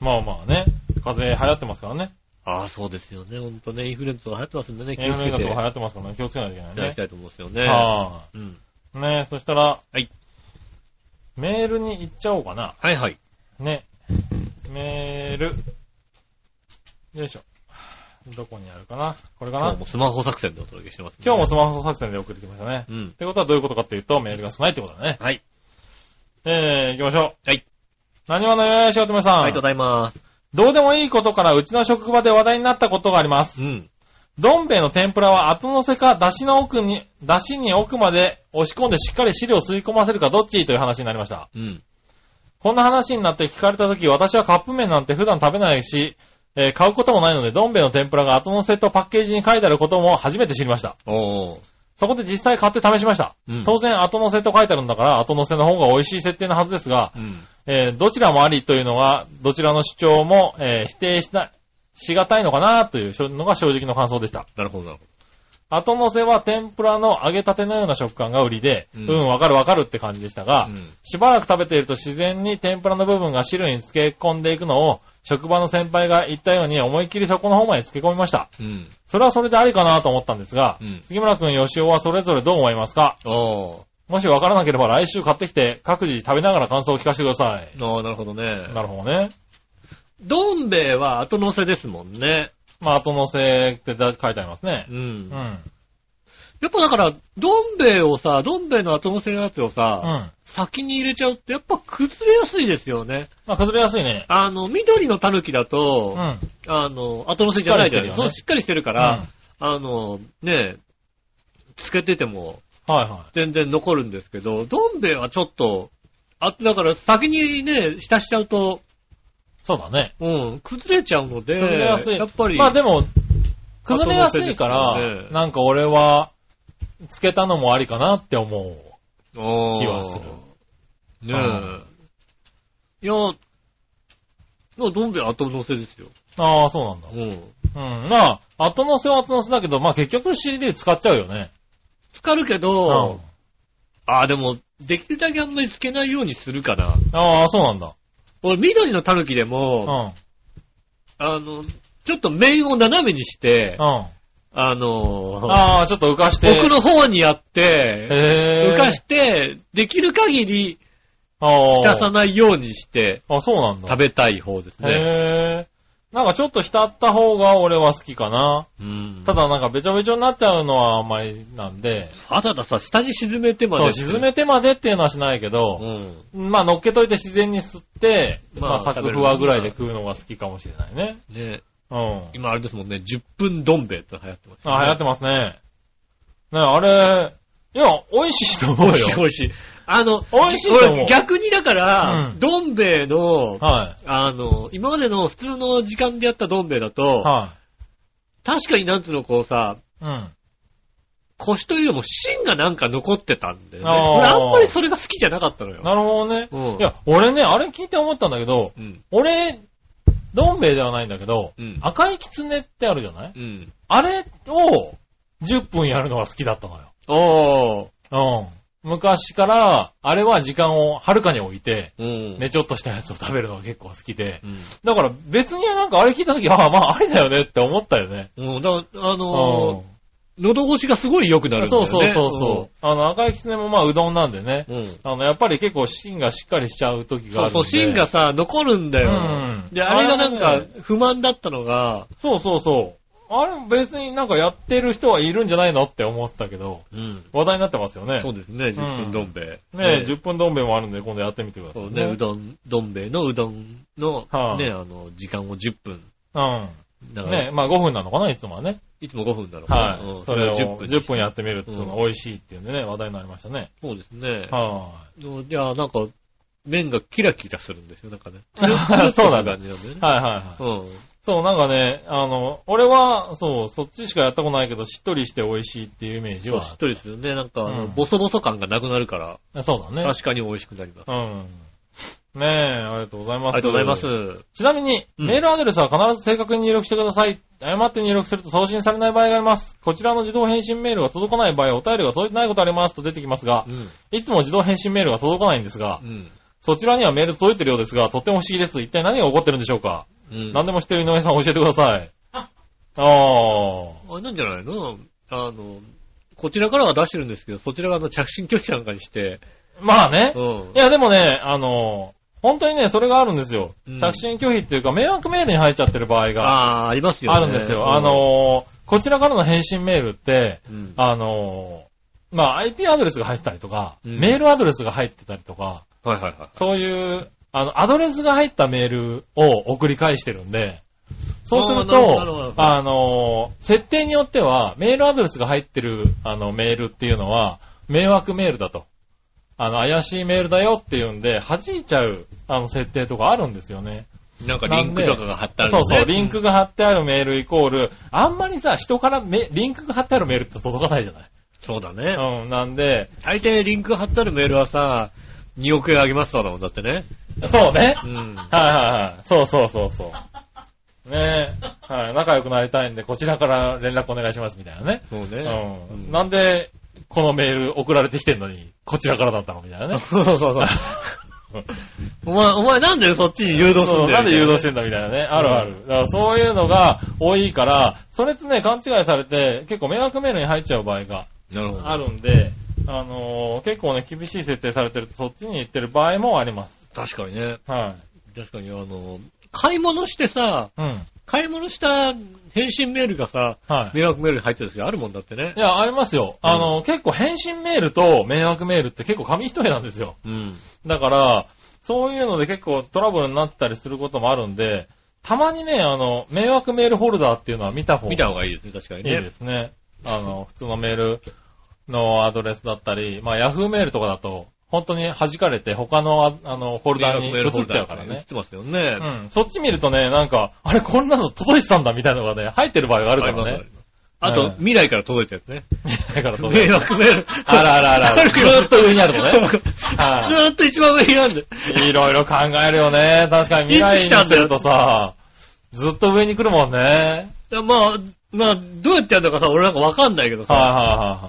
まあまあね、風邪流行ってますからね。ああ、そうですよね。ほんとね、インフルエンザとか流行ってますんでね、気インをフつルけエンザてとか流い行ってますからね、気をつけないといけないただきね。たいと思うんですよね。はうんい、ねえ、そしたら、はいメールに行っちゃおうかな。はいはい。ね。メール。よいしょ。どこにあるかなこれか今な日もスマホ作戦でお届けしてます、今日もスママホ作戦で送ってきましたね。ホ。うんっ。てことはどういうことかっていうと、メールが少ないってことだね。はい。えー、行きましょう。はい。何話のよやしおとめさん。ありがとうございます。どうでもいいことからうちの職場で話題になったことがありますう。ん。どん兵衛の天ぷらは後乗せか、出汁の奥に、出汁に奥まで押し込んでしっかり汁を吸い込ませるかどっちという話になりました。うん。こんな話になって聞かれたとき、私はカップ麺なんて普段食べないし、えー買うこともないので、どん兵衛の天ぷらが後乗せとパッケージに書いてあることも初めて知りました。おー。そこで実際買って試しました。うん当然後乗せと書いてあるんだから、後乗せの方が美味しい設定なはずですが、うん。えーどちらもありというのが、どちらの主張も、えー否定しな、しがたいのかなというのが正直の感想でした。なるほど、なるほ後乗せは天ぷらの揚げたてのような食感が売りで、ううんん、わかるわかるって感じでしたが、ど。うん。しばらく食べていると自然に天ぷらの部分が汁に漬け込んでいくのを、職場の先輩が言ったように思いっきりそこの方まで漬け込みました。うん。それはそれでありかなと思ったんですが、うん杉村くん、吉尾はそれぞれどう思いますかおー。もしわからなければ来週買ってきて、各自食べながら感想を聞かせてください。あー、なるほどね。なるほどね。どん兵衛は後乗せですもんね。まあ、後乗せって書いてありますねう。んう。ん。やっぱだから、どん兵衛をさ、どん兵衛の後乗せのやつをうさん。、ま先に入れちゃうってやっぱ崩れやすいですよね。あ、崩れやすいね。あの、緑の狸だうと、ん。あの、後乗せじゃないじゃないしっかりしてるよねそう、しっかりしてるから、あの、ねえ、つけててもうんはいは全然残るんですけど、どん兵衛はちょっと、あ、だから先にね、浸しちゃうと、い。そうだね。うん、崩れちゃうので、崩れやすい。やっぱり、まあでも、崩れやすいか後乗せですよら、ねなんか俺は、つけたのもありかなって思う。も気はするねえ。うんいや、まあ、どん兵衛後乗せですよ。ああ、そうなんだ。うん。うん。まあ、後乗せは後乗せだけど、まあ結局 CD 使っちゃうよね。浸かるけうどん、。ああ、でも、できるだけあんまりつけないようにするかな。ああ、そうなんだ。俺、緑の狸でうん。も、うん。あの、ちょっと面を斜めにして、ああのー、あ、ちょっと浮かして。奥の方にやって、へえ。浮かして、できる限りあ出あさ。ないようにして、あ、そうなんだ。食べたい方ですね。へえ。なんかちょっと浸った方が俺は好きかな。うんただなんかべちょべちょになっちゃうのはあんまりなんで、あたださ、下に沈めてまそうで。沈めてまでっていうのはしないけうど、ん。まあ乗っけといて自然に吸って、まあまあサクフワぐらいで食うのが好きかもしれないね。ねうん。今あれですもんね、10分どん兵衛って流行ってます、あ、流行っててますね。ねあれ、いや、美味しいと思う美 味よしい。美味しい。あの、美味しいと思う俺逆にだから、うんどん兵衛の、はあの、今までの普通の時間でやったどん兵衛だと、い。は確かになんつうのこうさ、い。うん。腰というよりも芯がなんか残ってたんだよね。あー俺あんまりそれが好きじゃなかったのよ。なるほどね。うんいや、俺ね、あれ聞いて思ったんだけど、うん。俺、どん兵衛ではないんだけど、うん赤い狐ってあるじゃないうん。あれを10分やるのが好きだったのおー。よ。うん。昔から、あれは時間をはるかに置いて、うん。ねちょっとしたやつを食べるのが結構好きでう、ん。だから別になんかあれ聞いた時、ああ、まああれだよねって思ったよね。うん。だから、あうのん。ー、喉越しがすごい良くなるんだよそうね。そうそうそう。あの、赤い狐もまあうどんなんでね。うん。うん。あの、やっぱり結構芯がしっかりしちゃう時がそあうるんで。そう、芯がさ、残るんだよ。うんで、あれがなんあれかは、不満だったのが、そうそうそう。あれ別になんかやってる人はいるんじゃないのって思ったけど、うん。話題になってますよね。そうですね、10分どん兵衛。ねえ、10分どん兵衛もあるんで今度やってみてください。そうね、うどん、どん兵衛のうどんの、はあね、あの、時間を10分。だうかん。ら、ねえ、まあ5分なのかな、いつもはね。いつも5分だろうなはい。うんそそれれをを10 10分分。やってみるっていうのが美味しいっていうのでね、話題になりましたね。そうですね。はじゃあ、なんか、麺がキラキラするんですよ、なんかね。 そうなツルッとした感んだじなんだよい。ね。はいはいはい。うん。そう、なんかね、あの、俺は、そう、そっちしかやったことないけど、しっとりして美味しいっていうイメージそうは。しっとりですよね。なんか、あのうんボソボソ感がなくなるから、そうだね。確かに美味しくなります。うん。ねえ、ありがとうございまあす。りがとうございます。。うちなみに、うんメールアドレスは必ず正確に入力してください。誤って入力すると送信されない場合があります。こちらの自動返信メールが届かない場合はお便りが届いてないことありますと出てきますが、ん。いつも自動返信メールが届かないんですがう、ん。そちらにはメール届いてるようですが、とっても不思議です。一体何が起こってるんでしょうか、うん。何ででも知ってる井上さん教えてくだ さい。ああ。あれなんじゃないのあの、こちらからは出してるんですけど、そちら側の着信拒否なんかにして、まあねう。んい。や、でもね、あの、本当にね、それがあるんですよ。うん着信拒否っていうか、迷惑メールに入っちゃってる場合がああー、ありますよね。あるんですよ。あのーこちらからの返信メールって、うん、あのーまあ、IP アドレスが入ってたりとか、うんメールアドレスが入ってたりとか、はいはいはい。そういう、あの、アドレスが入ったメールを送り返してるんで、そうするあーなるほどなるほとど、あのー設定によっては、メールアドレスが入ってる、あの、メールっていうのは、迷惑メールだと。あの、怪しいメールだよっていうんで、弾いちゃう、あの、設定とかあるんですよね。なんかリンクとかが貼ってある、ね、そうそう、リンクが貼ってあるメールイコール、あんまりさ、人からメリンクが貼ってあるメールって届かないじゃない。そうだね。うん、なんで、大抵リンク貼ってあるメールはさ、2億円あげますとかだもん、だってね。そううね。はいん。はいはい。そうそうそうそう。ねえ。はい。仲良くなりたいんで、こちらから連絡お願いします、みたいなね。そううね。ん。なんで、このメール送られてきてんのに、こちらからだったのみたいなね。そうそう そう。お前、お前なんでそっちに誘導するそんうだよなんで誘導してんだみたいなね。あるある。だからそういうのが多いから、それとね、勘違いされて、結構迷惑メールに入っちゃう場合がなるほど。あるんで、あのー結構ね、厳しい設定されてると、そっちに行ってる場合もあります。確かにね。は確かに、あの、買い物してさ、い。うん。買い物した返信メールがさ、はい。迷惑メールに入ってる時あるもんだってねい。や、ありますよ。あの、結構返信メールと迷惑メールって結構紙一重なんですよ。うん。だから、そういうので結構トラブルになったりすることもあるんで、たまにね、あの、迷惑メールホルダーっていうのは見た方が見た方がいいですね、確かいにいね。ですね。あの、普通のメールのアドレスだったり、まあ、ヤフーメールとかだと、本当に弾かれて他の、ああの、フォル迷ダー惑にメー移ルホっルちゃダうーからに移ねっ。てますよね。うん。そっち見るとね、なんか、あれ、こんなの届いてたんだみたいなのがね、入ってる場合があるあかりますあら りね。ますあと、うん未来から届いたやつね。だから届いて迷惑メール。あらあらあらあら。ずーっと上に あるのね。 ずはーっと一番上にあるんで。い。いろいろ考えるよね。確かに未来にするとさ、ずっと上に来るもんね。いやまあ、まあ、どうやってやるのかさ、俺なんかわかんないけどはいはさ、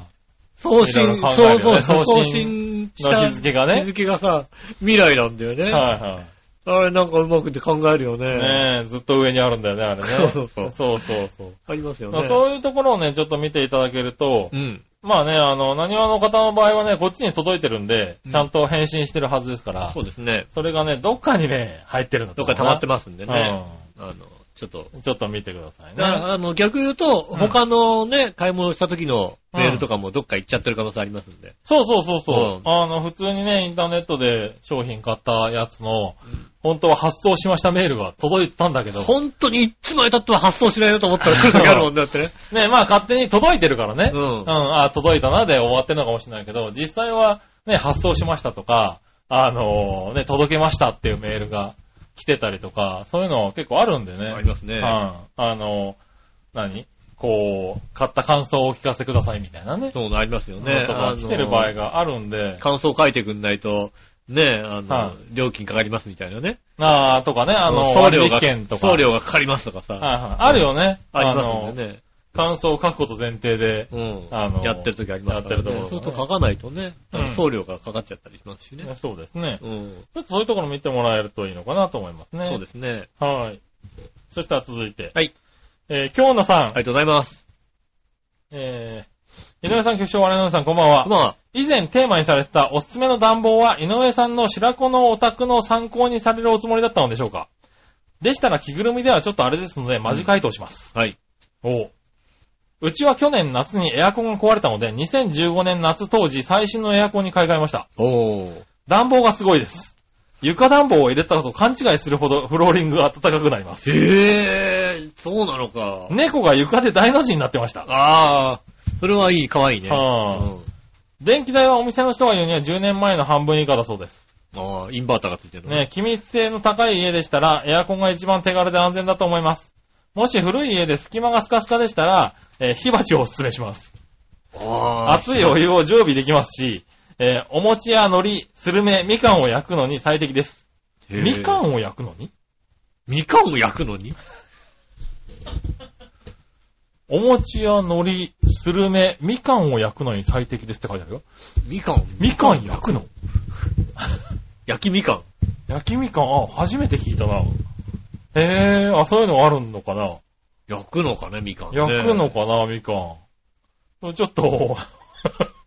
送信、いろいろ考えるそようねそうそう、送送信信しのた日付がね日付がさ、未来なんだよいはいね。はい。はいはい。あれなんかうまくて考えるよね。ねえ、ずっと上にあるんだよね、あれね。そうそうそうそうそうそうありますよだかね。らそういうところをね、ちょっと見ていただけると、うん。まあね、あの、何話の方の場合はね、こっちに届いてるんでう、んちゃんと返信してるはずですから、そうですね。それがね、どっかにね、入ってるんだどっか溜まってまますんでね。あの、ちょっと。うん。ちょっと見てくださいね。だからあの、逆言うと、うん他のね、買い物した時のメールとかもどっか行っちゃってる可能性ありますんで。そうそうそうそうんう、あの、普通にね、インターネットで商品買ったやつの、本当は発送しましたメールが届いてたんだけど、本当にいつまで経っても発送しないなと思ったら来る時あるもんだ ってね。ね、まあ勝手に届いてるからね。うんあ、届いたなで終わってるのかもしれないけど、実際はね、発送しましたとか、あのね、届けましたっていうメールが来てたりとか、そういうの結構あるんでね。ありますねうん。あの何こう、買った感想をお聞かせくださいみたいなね。そうなりますよね。とか来てる場合があるんで。感想書いてくんないと、ねえ、あの、は料金かかりますみたいなね。ああ、とかね、あの、送料が、割引券とか。送料がかかりますとかさ、はいはい。あるよね。ありますんでね。あの感想を書くこと前提で、うん。あのやってる時ありますから、やってるところがねそうすると書かないとね、うん送料がかかっちゃったりしますしね。そうですね。うん。ちょっとそういうところ見てもらえるといいのかなと思いますね。そうですね。す。はい。そしたら続いて。はい。えー、京奈さん。ありがとうございます。えー、井上さん、局長、我々さん、こんばんは。まあ、以前テーマにされてたおすすめの暖房は、井上さんの白子のお宅の参考にされるおつもりだったのでしょうかでしたら着ぐるみではちょっとあれですので、マジ回答します。はい。おう。うちは去年夏にエアコンが壊れたので、2015年夏当時最新のエアコンに買い替えました。おー。暖房がすごいです。床暖房を入れたと勘違いするほどフローリングが暖かくなります。へえ、そうなのか。猫が床で大の字になってました。ああ、それはいい、かわいいね。あーうん電気代はお店の人が言うには10年前の半分以下だそうです。あー、インバーターがついてるの。ね、気密性の高い家でしたら、エアコンが一番手軽で安全だと思います。もし古い家で隙間がスカスカでしたら、えー火鉢をおすすめします。あー熱いお湯を常備できますし、えーお餅や海苔、スルメ、みかんを焼くのに最適です。へーみかんを焼くのにみかんを焼くのにお餅や海苔、スルメ、みかんを焼くのに最適ですって書いてあるよ。みかんみかん焼くの焼きみかん。焼きみかん、あ、初めて聞いたな。へえー、あ、そういうのあるのかな焼くのかね、みかん、ね。焼くのかな、みかん。ちょっと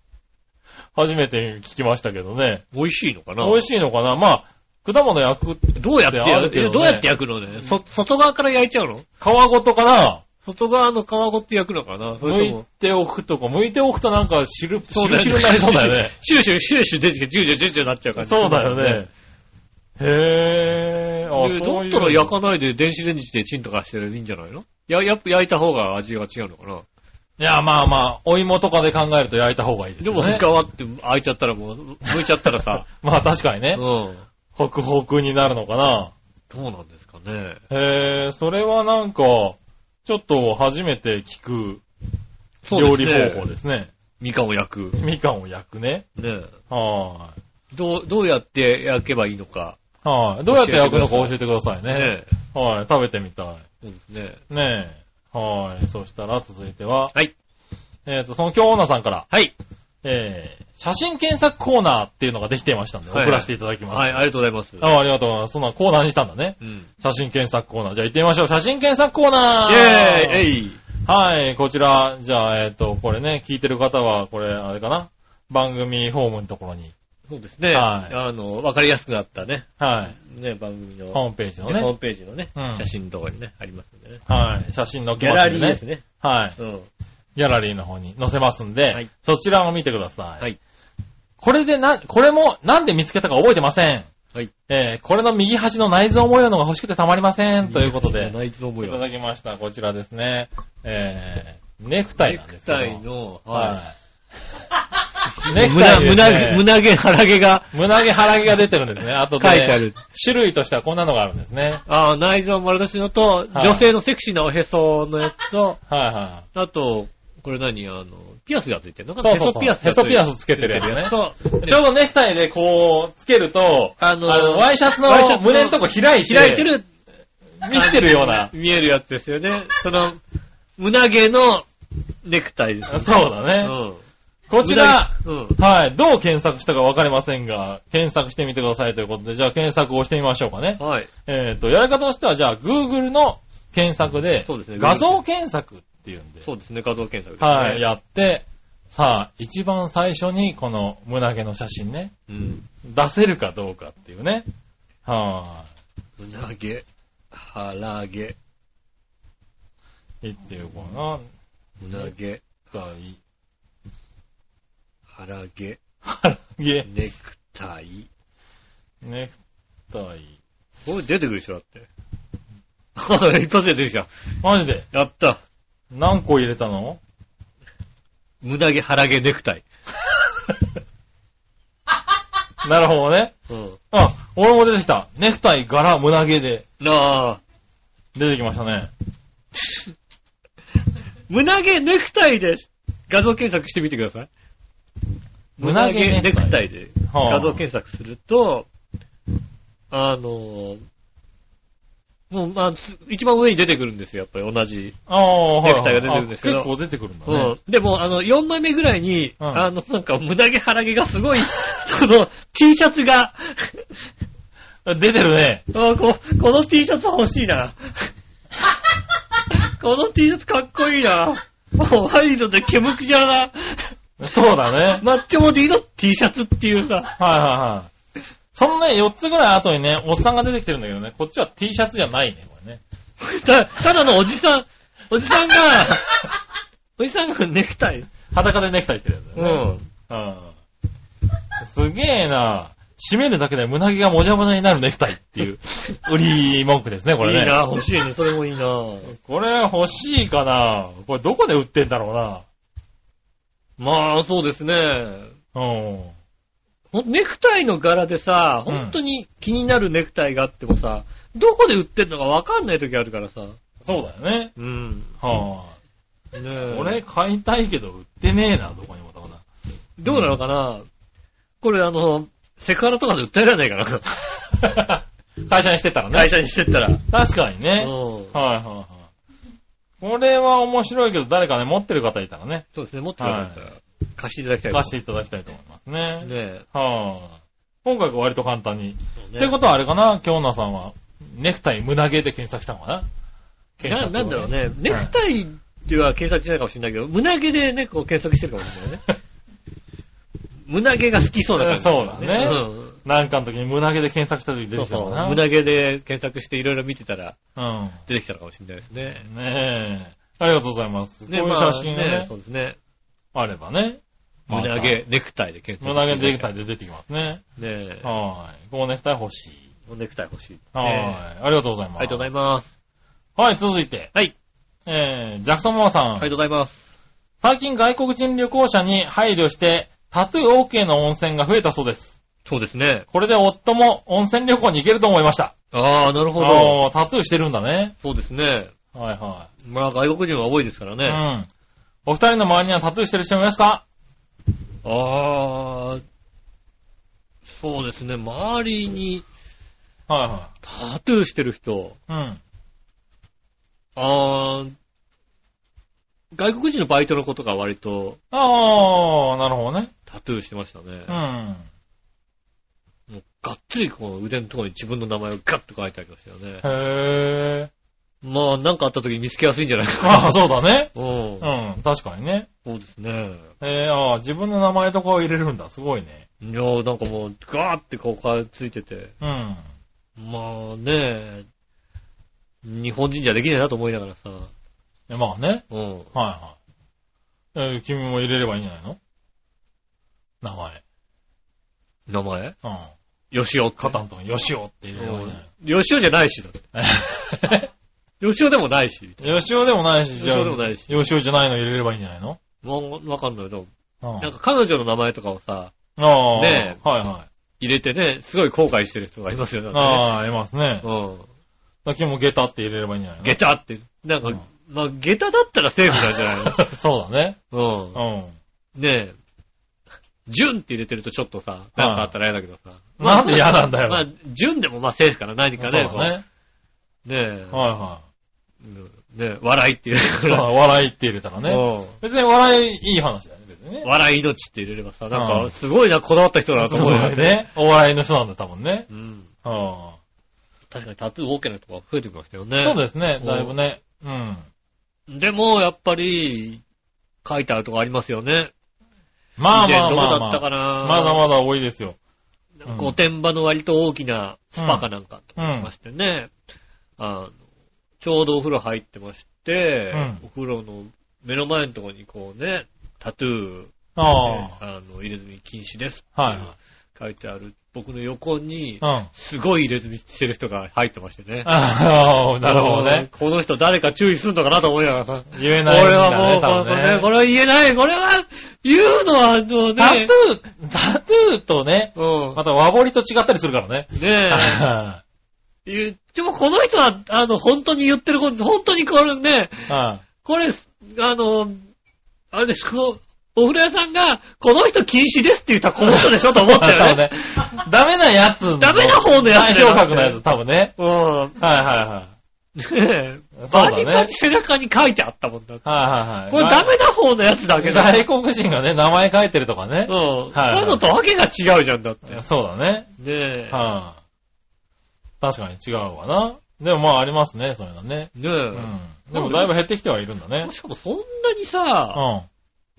、初めて聞きましたけどね。美味しいのかな美味しいのかなまあ、果物焼くってどうやってやる、であるけどねどうやって焼くのね。そ、外側から焼いちゃうの皮ごとかな、外側の皮ごって焼くのかなそ剥れといも。ておくとか、剥いておくとなんか汁、そうだ汁よね汁になりそうだよね。シューシューシューシュー出てきて、ジュージュージュージューなっちゃう感じ。そうだよね。。へぇー。あ、でそうだいっうたら焼かないで電子レンジでチンとかしてるいいんじゃないのや、やっぱ焼いた方が味が違うのかないや、まあまあ、お芋とかで考えると焼いた方がいいですでよも、ね。側って開いちゃったらもう、剥いちゃったらさ、まあ確かにうね。ん。ホクホクになるのかな。どうなんですかね。。へぇー、それはなんか、ちょっと初めて聞く料理方法ですすね。みかんを焼く。みかんを焼くね。ねはーい。どう、どうやって焼けばいいのか。はい。どうやって焼くのか教えてくださいね。ねはい。食べてみたい。そうですね。ねえ。はい。そしたら続いては、はい。えっ、と、その京女さんから、はい。えー、写真検索コーナーっていうのができていましたんで、はいはい送らせていただきます。はい、ありがとうございます。あありがとうございます。そんなコーナーにしたんだね。うん。写真検索コーナー。じゃあ行ってみましょう。写真検索コーナイーェーイえいはい、こちら、じゃあ、えっ、と、これね、聞いてる方は、これ、あれかな番組フォームのところに、そうですね。はいあの、わかりやすくなったね。はい、ね、番組の、ホームページのねホーね、ムページのね、うん写真のところにね、ありますんでね。はい、写真のギャラリーですね。はい、うん。ギャラリーの方に載せますんで、はいそちらを見てください。はいこれでな、これも、なんで見つけたか覚えてません。はい。えー、これの右端の内臓模様のが欲しくてたまりませ ん。ということで、内臓模いた様。だきました。こちらですね。えー、ネクタイなんですけど。ネクタイの、 はい。ネクタイ胸、ですね胸、胸毛、腹毛が、胸毛、腹毛が出てるんです ね。あとで、書いてある種類としてはこんなのがあるんですね。ああ、内臓丸出しのと、はい女性のセクシーなおへそのやつと、はいはあと、これ何あの、ピアスがついてるのかそうそうそうへそピアスがへそピアスつけてるやつねと、い。ちょうどネクタイでこう、つけると、ああの、の、ワイシャツのワイシャツの胸のとこ開いて、開いてる、見せてるような。見えるやつですよね。その、胸毛のネクタイです、 そうだうね。ん。こちら、胸毛、はい、どう検索したかわかりませんが、検索してみてくださいということで、じゃあ検索をしてみましょうかねう。ん。はい。えっ、と、やり方としては、じゃあ Google の検索で、そうですね画像検索っていうんで、そうですね、画像検索ですね。はい、やって、さあ、一番最初にこの胸毛の写真ね、うん。出せるかどうかっていうね。は胸毛、腹毛、ーい。っていうかな。胸毛、だ い。腹毛、腹毛。ネクタイ。ネクタイ。これ出てくるでしょ、だって。 一発で出てきた。マジでやった。何個入れたの胸毛、腹毛、ネクタイ。なるほどね。うん。あ、俺も出てきた。ネクタイ、柄、胸毛でなあ、出てきましたね。胸毛、ネクタイです。画像検索してみてください。胸毛胸毛ネクタイ。イではあ画像検索すると、あのー、もう、まあ、つ一番上に出てくるんですよ、やっぱり同じ。ああ、はい、はい。ネクタイが出てくるんですけどあ結構出てくるんだうね。ん。でも、あの、4枚目ぐらいに、うんあの、なんか、胸毛腹毛がすごい、 その、T シャツが、出てるね。あここの T シャツ欲しい な。この T シャツかっこいいな。ワイルドで煙くじゃな、そう だね。マッチョボディの T シャツっていうさ。はいはいはい。そのね、4つぐらい後にね、おっさんが出てきてるんだけどね、こっちは T シャツじゃないね、これね。たただのおじさん、おじさん が、おじさんがネクタイ。裸でネクタイしてるやつだよね。うんすげえな。締めるだけで胸毛がもじゃもじゃになるネクタイっ ていう売り文句ですね、これね。いいな、欲しいね。それもいいな。これ欲しいかな。これどこで売ってんだろうまあ、そうですね。な。うん。ほんネクタイの柄でさ、うん本当に気になるネクタイがあってもさ、どこで売ってんのかわかんない時あるからさ。そうだよね。うん。はねぁ、え俺買いたいけど売ってねえな、どこにもだな。どうなのかなこれあの、セクハラとかで訴えられないかな 会社にしてたらね。会社にしてったら。確かにね。うんはいはいはい。これは面白いけど、誰かね、持ってる方いたらね、そうですね、もっとなかったら貸していただきたい。出していただきたいと思いますね。ねえ。はい、今回は割と簡単に。そうねってことはあれかな、京奈さんは、ネクタイ胸毛で検索したのかな検な索なんだろうはね。ネクタイでは検索しないかもしれないけど、胸毛でね、 こう検索してるかもしれないね。胸毛が好きそうな感じ、そうだねうん。なんかの時に胸毛で検索した時に出そうてきたそのうかな。。胸毛で検索していろいろ見てたらうん。出てきたのかもしれないですね。ねえ。ありがとうございます。こういうま写あ真がねねそ、うですね。あればね。また胸毛、ネクタイで検索胸毛でネクタイ。イで出てきますね。ねえ。はい。こうネクタイ欲しい。ネクタイ欲しい。はいね。ありがとうございえます。ありがとうございます。はい、続いて。はい。えー、ジャクソンママさん。ありがとうございます。最近外国人旅行者に配慮して、タトゥー OK の温泉が増えたそうです。そうですね。これで夫も温泉旅行に行けると思いました。ああ、なるほど。あータトゥーしてるんだね。そうですね。はいはまあ外国人は多いですからい。ね。うん。お二人の周りにはタトゥーしてる人いますかああ、そうですね。周りにはタトゥーしてる人。いはい。うん。ああ、外国人のバイトの子とか割とああ、なるほどね。タトゥーしてましたね。うん。もうがっつりこの腕のところに自分の名前をガッと書いてありましたよね。へえ。まあ、なんかあった時に見つけやすいんじゃないかあな。あ、そうだね。 うん。うん、確かにね。そうですね。えー、ああ、自分の名前とかを入れるんだ。すごいね。いやーなんかもう、ガーってこう、かついてて。うん。まあね、日本人じゃできないなと思いながらさ。えまあね。うん。はいはい。えー君も入れればいいんじゃないの名前。名前うん。よしお。カタンとヨシオって入れればいいんじゃよしおじゃないし、だってないよしおでもないし。の ヨシオでもないし、じゃあ。ヨシオでもないしヨシオじゃないの入れればいいんじゃないのもう、わかんないけど。うん。なんか彼女の名前とかをさ、ああ。ねえはいはい。入れてね、すごい後悔してる人がいますよね。ああ、いますね。うん。君もゲタって入れればいいんじゃないの下駄って。なんか、うんまあ、下駄だったらセーフなんじゃないのそうだね。 うんう。ん。ねえ、純って入れてるとちょっとさ、なんかあったら嫌だけどさ。なんで嫌なんだよまあ、純でもまあセーフから何かそね。うだね。こうねえ、はいはうんねえ笑いって入れるい。かそうら。笑いって入れたらね。ね、別に笑いいい話だよね、別にね。笑い命って入れればさ、なんうかんすごいな、こだわった人だなとそ思ううだよよね。ね。お笑いの人なんだ、多分ね。うん。うん。確かにタトゥー OK の人が増えてきましたよね。そうですね、だいぶね。うん。でも、やっぱり、書いてあるとこありますよね。まあまあ以前どまあこまだあ。ったかなまだまだ多いですよ。うん御殿場の割と大きなスパかなんかとかありましてね、あのちょうどお風呂入ってまして、うんお風呂の目の前のところにこうね、タトゥー、ああの入れ墨禁止ですっあ。はいて書いてある僕の横に、はい。うん。すごい入れ墨してる人が入ってましてね。ああ、なるほどね。この人誰か注意するのかなと思いながらさ。言えこないんれはだもね、う、こ多れ分ねね。これは言えない。これは、言うのは、あのタね。トゥー、タトゥーとね、うん。また和彫りと違ったりするからね。 ねえ。言ってもこの人は、あの、本当に言ってること、本当にこれね、あこれ、あの、あれです、こう、お風呂屋さんが、この人禁止ですって言ったらこの人でしょと思ったよ ね。ダメなやつの。ダメな方のやつだ代よ表格のやつ、多分ね。うん。はいはいはい。ねえ。そうバだねリバリ背中に書いてあったもんだ。はいはいはい。これダメな方のやつだけど。外国人がね、名前書いてるとかねうん。。そうはいいうのとわけが違うじゃんだって。ねそうだね。え。はい、確かに違うわな。でもまあありますね、そういうのね。ねうえ。ん。でもだいぶ減ってきてはいるんだね。しかもそんなにうさ、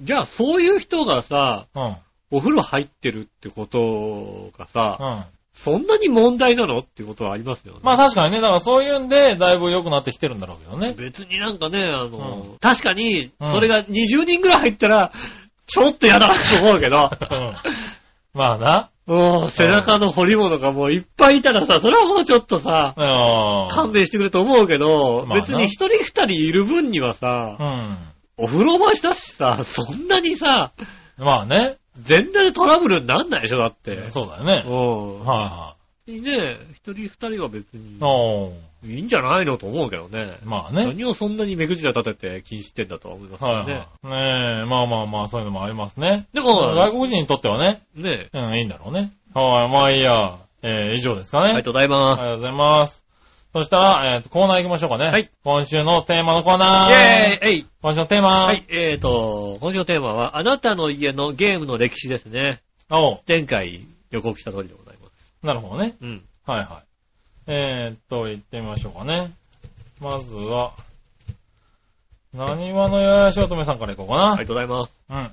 ん。じゃあそういう人がさ、うん。お風呂入ってるってことがさ、うん。そんなに問題なのっていうことはありますよね。まあ確かにね、だからそういうんで、だいぶ良くなってきてるんだろうけ どね。別になんかね、あの、う確かに、うんそれが20人ぐらい入ったら、ちょっと嫌だなと思うけ ど、うん。まあな。もう背中の彫り物がもういっぱいいたらさ、それはもうちょっとさ、うん勘。弁してくれると思うけど、まあな別に一人二人いる分にはさ、うん。お風呂場だしさ、そんなにさ、まあね。全裸でトラブルになんないでしょ、だって。そうだよね。うん。はね、一人二人は別にいはい。おーいいんじゃないのと思うけどね。まあね。何をそんなに目くじら立てて禁止してんだとは思いますはいよはいね。。ねえ、まあまあまあ、そういうのもありますね。で外も、国人にとってはね、ね、うん、いいんだろうね。はい、まあいいや。えー、以上ですかあね。りがとうございあまりがとうございます。そしたら、えーと、コーナー行きましょうかね。はい。今週のテーマのコーす。ナー。イェーイえい今週のテーマ。はい、。えーと、今週のテーマは、あなたの家のゲームの歴史ですね。おう前回予告した通りでございます。なるほどね。うん。はいはい。えー、っと、行ってみましょうかね。まずは、何話のややしおとめさんから行こうかな。ありがとうございます。うん。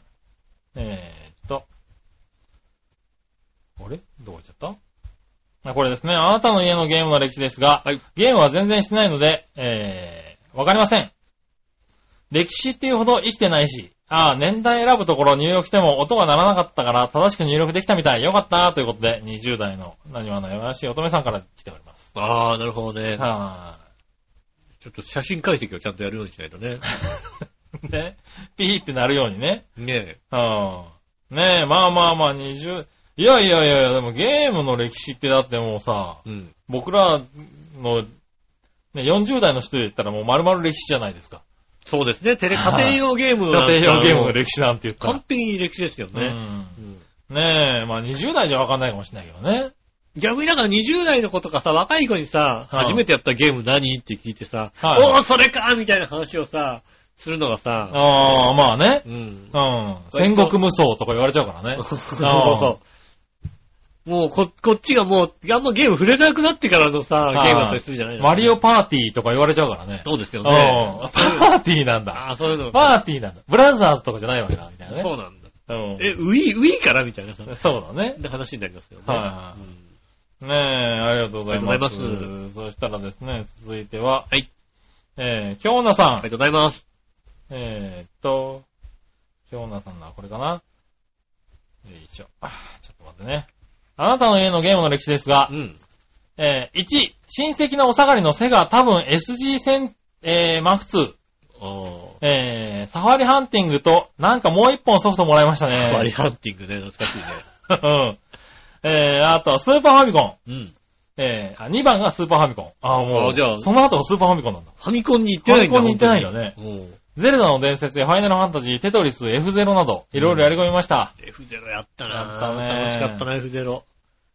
えー、っと。あれどこ行っちゃったあこれですね。あなたの家のゲームの歴史ですが、ゲームは全然してないので、えー、わかりません。歴史っていうほど生きてないし、ああ、年代選ぶところ入力しても音が鳴らなかったから正しく入力できたみたい。よかったということで、20代の、何わの山梨乙女さんから来ております。ああ、なるほどね。はちょっと写真解析をちゃんとやるようにしないとね。ーい。ね。ピーって鳴るようにね。ねうん。ねえ、まあまあまあ、20、いやいやいやいや、でもゲームの歴史ってだってもうさ、え。うん。僕らの、ね、40代の人で言ったらもう丸々歴史じゃないですか。そうですね。テレ、家庭用ゲーム家庭用ゲームので。歴史なんて言ったら完。璧に歴史ですよね。うんうんねえ、まあ20代じゃわかんないかもしれないけどね。逆になんか20代の子とかさ、若い子にさ、はい初めてやったゲーム何って聞いてさ、はいおー、それかみたいな話をさ、するのがさ、ああ、まあね。うん。うん。戦国無双とか言われちゃうか らね。そうそうそう。もうこ、こっちがもう、あんまゲーム触れなくなってからのさ、はいゲームだったりするじゃないのマリオパーティーとか言われちゃうからね。そうですようんね。パあそういうのーティーなんだ。あー、そういうの。パーティーなんだ。ブラザーズとかじゃないわけだ、みたいなね。そうなんだ。うんえ、ウィー、ウィーからみたいなさ、そうだね。で話になりますよね。はいはいうんねえ、ありがとうございます。ありがとうございそしたらですね、続いては、はい。えー、京奈さん。ありがとうございます。えーっと、京奈さんのはこれかな。よいしょ。あちょっと待ってね。あなたの家のゲームの歴史ですがう、ん。えー、1、親戚のお下がりの背が多分 SG 戦、えー、マフ2、おー。えー、サファリハンティングと、なんかもう一本ソフトもらいましたね。バリハンティングね、懐かしいね。 うん。えー、あとはスーパーファミコン。うん。えー、2番がスーパーファミコン。あーもう、あじゃあその後がスーパーファミコンなんだ。ファミコンに行ってないんだファミコンに行ってないんだね本当にうん。ゼルダの伝説やファイナルファンタジー、テトリス、F0 など、いろいろやり込みました。 F0 やったやっなたね楽しかったな、F0。